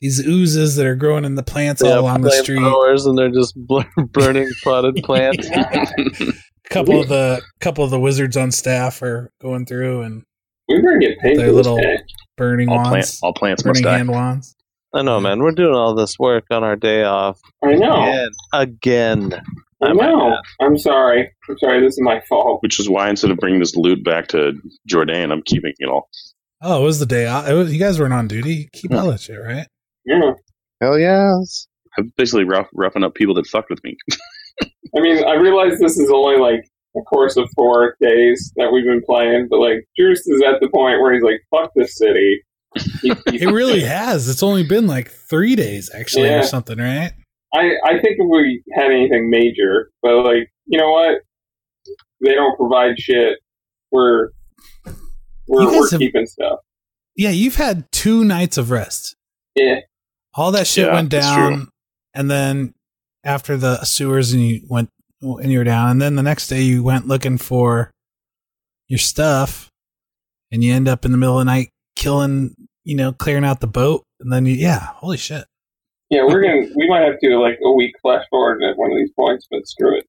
Speaker 3: these oozes that are growing in the plants all along the street.
Speaker 6: Flowers and they're just bl- burning potted plants.
Speaker 3: A couple of the couple of the wizards on staff are going through and
Speaker 5: we better get paid
Speaker 3: Their
Speaker 5: for this
Speaker 3: little
Speaker 5: day.
Speaker 3: burning
Speaker 4: All
Speaker 3: wands.
Speaker 4: plants, all plants must
Speaker 3: burning
Speaker 4: die.
Speaker 3: hand wands.
Speaker 6: I know, man. We're doing all this work on our day off.
Speaker 5: I know.
Speaker 6: Again. Again.
Speaker 5: I
Speaker 6: I'm like
Speaker 5: know.
Speaker 6: that.
Speaker 5: I'm sorry. I'm sorry. This is my fault.
Speaker 4: Which is why instead of bringing this loot back to Jordan, I'm keeping it all.
Speaker 3: Oh, it was the day off. It was- you guys weren't on duty. Keep all that shit, right?
Speaker 5: Yeah.
Speaker 6: Hell yes.
Speaker 4: I'm basically rough, roughing up people that fucked with me.
Speaker 5: I mean, I realize this is only like a course of four days that we've been playing, but like Juice is at the point where he's like, "Fuck this city." He- he-
Speaker 3: It really has. It's only been like three days, actually,
Speaker 5: Yeah.
Speaker 3: or something, right?
Speaker 5: I I think if we had anything major, but like you know what, they don't provide shit. We're we're,
Speaker 3: You guys
Speaker 5: we're
Speaker 3: have-
Speaker 5: keeping stuff.
Speaker 3: Yeah, you've had two nights of rest.
Speaker 5: Yeah,
Speaker 3: All that shit
Speaker 4: Yeah,
Speaker 3: went
Speaker 4: that's
Speaker 3: down, and then after the sewers, and you went and you were down. And then the next day you went looking for your stuff and you end up in the middle of the night killing, you know, clearing out the boat. And then you, yeah, holy shit.
Speaker 5: Yeah, we're gonna we might have to do like a week flash forward at one of these points, but screw it.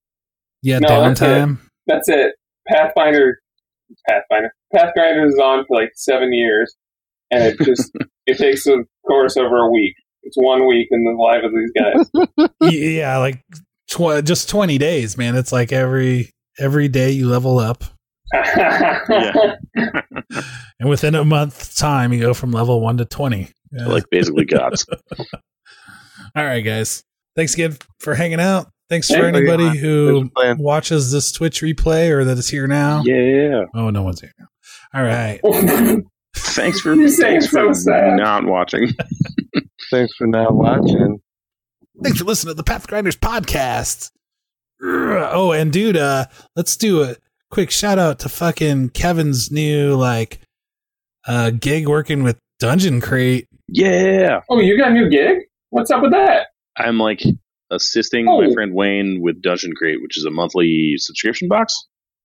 Speaker 3: Yeah,
Speaker 5: No, that's it.
Speaker 3: downtime.
Speaker 5: That's it. Pathfinder, Pathfinder, Pathfinder is on for like seven years, and it just it takes the course over a week. It's one week in the life of these guys.
Speaker 3: Y- yeah, like tw- just 20 days, man. It's like every every day you level up.
Speaker 4: Yeah.
Speaker 3: And within a month's time, you go from level 1 to 20. Yeah.
Speaker 4: Like basically gods.
Speaker 3: All right, guys. Thanks again for hanging out. Thanks
Speaker 5: Thanks
Speaker 3: for
Speaker 5: for
Speaker 6: getting
Speaker 3: anybody
Speaker 6: on.
Speaker 3: who
Speaker 6: Thanks for playing.
Speaker 3: watches this Twitch replay or that is here now.
Speaker 4: yeah.
Speaker 3: Oh, no one's here now. All right.
Speaker 4: Thanks for
Speaker 5: You say
Speaker 4: thanks
Speaker 5: it's so
Speaker 4: for
Speaker 5: sad.
Speaker 4: not watching.
Speaker 6: Thanks for not watching.
Speaker 3: Thanks for listening to the Path Grinders podcast. Ugh. Oh, and dude, uh, let's do a quick shout out to fucking Kevin's new like uh gig working with Dungeon Crate.
Speaker 4: Yeah.
Speaker 5: oh, you got a new gig? What's up with that?
Speaker 4: I'm like assisting
Speaker 5: Oh.
Speaker 4: my friend Wayne with Dungeon Crate, which is a monthly subscription box.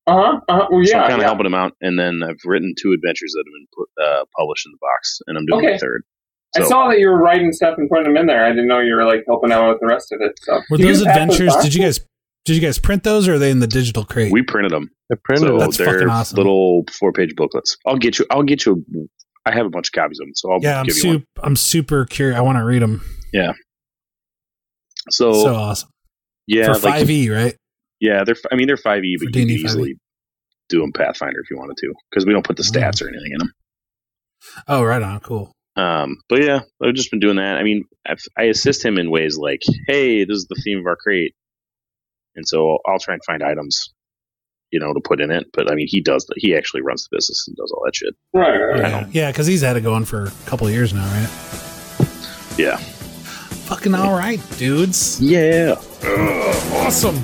Speaker 5: Uh huh. Uh-huh. Well,
Speaker 4: so I'm
Speaker 5: yeah.
Speaker 4: kind of
Speaker 5: yeah.
Speaker 4: helping him out. And then I've written two adventures that have been put, uh, published in the box, and I'm doing
Speaker 5: Okay.
Speaker 4: the third.
Speaker 5: I saw that you were writing stuff and putting them in there. I didn't know you were like helping out with the rest of it. So
Speaker 3: Were
Speaker 5: Do you
Speaker 3: those
Speaker 5: have those
Speaker 3: adventures? Did you
Speaker 5: boxes?
Speaker 3: guys did you guys print those or are they in the digital crate?
Speaker 4: we printed them.
Speaker 6: I printed
Speaker 4: so
Speaker 6: it.
Speaker 3: That's
Speaker 4: they're
Speaker 3: fucking awesome.
Speaker 4: little four page booklets. I'll get you. I'll get you. a- I have a bunch of copies of them, so I'll
Speaker 3: yeah, I'm
Speaker 4: give you one.
Speaker 3: super I'm super curious. I want to read them.
Speaker 4: So,
Speaker 3: so awesome.
Speaker 4: yeah,
Speaker 3: For
Speaker 4: like
Speaker 3: 5e, right?
Speaker 4: yeah, they're. f- I mean, they're five e,
Speaker 3: For
Speaker 4: but you can
Speaker 3: D&D 5e.
Speaker 4: easily do them Pathfinder if you wanted to, because we don't put the
Speaker 3: Oh.
Speaker 4: stats or anything in them.
Speaker 3: Oh, right on. Cool.
Speaker 4: Um, but yeah, I've just been doing that. I mean, I've, I assist him in ways like, hey, this is the theme of our crate, and so I'll, I'll try and find items, you know, to put in it. But I mean, he does. The, he actually runs the business and does all that shit.
Speaker 5: Right, right, right.
Speaker 3: Yeah, yeah, because he's had it going for a couple of years now, right?
Speaker 4: Yeah.
Speaker 3: Fucking all right, dudes.
Speaker 4: Yeah.
Speaker 3: Awesome.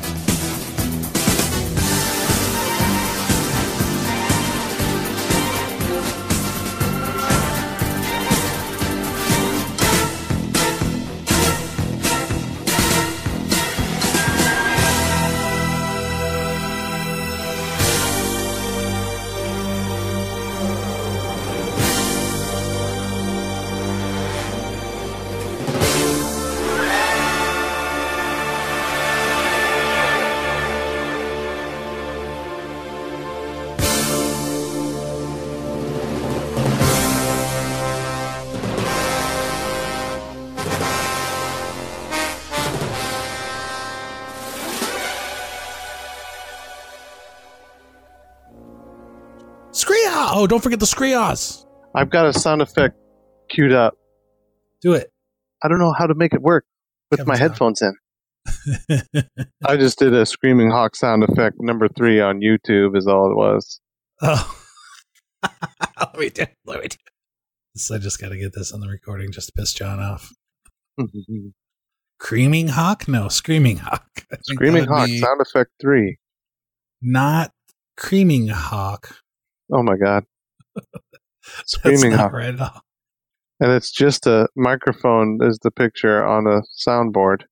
Speaker 3: Scria! Oh, don't forget the Scrias.
Speaker 6: I've got a sound effect queued up.
Speaker 3: Do it.
Speaker 6: I don't know how to make it work with
Speaker 3: Kevin's
Speaker 6: my
Speaker 3: not.
Speaker 6: headphones in. I just did a screaming hawk sound effect number three on YouTube is all it was.
Speaker 3: oh. let me do Let me do this. I just got to get this on the recording just to piss John off. Creaming Hawk? No, Screaming Hawk. I think that
Speaker 6: screaming
Speaker 3: would
Speaker 6: hawk
Speaker 3: be
Speaker 6: sound effect three.
Speaker 3: Not Creaming Hawk.
Speaker 6: Oh my god.
Speaker 3: That's
Speaker 6: screaming
Speaker 3: not
Speaker 6: hawk.
Speaker 3: right at all.
Speaker 6: And it's just a microphone is the picture on a soundboard.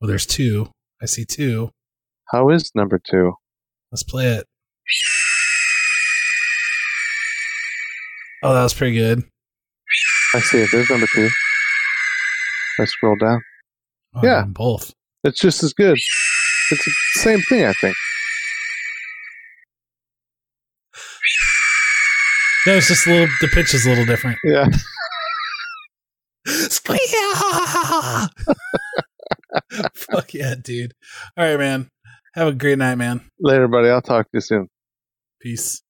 Speaker 3: Well, there's two. I see two.
Speaker 6: How is number two?
Speaker 3: Let's play it. Oh, that was pretty good.
Speaker 6: I see it. There's number two. I scroll down.
Speaker 3: Oh,
Speaker 6: Yeah.
Speaker 3: on Both.
Speaker 6: It's just as good. It's the same thing, I think.
Speaker 3: No, it's just a little, the pitch is a little different.
Speaker 6: Yeah.
Speaker 3: Squeal! Fuck yeah, dude. All right, man. Have a great night, man.
Speaker 6: Later, buddy. I'll talk to you soon.
Speaker 3: Peace.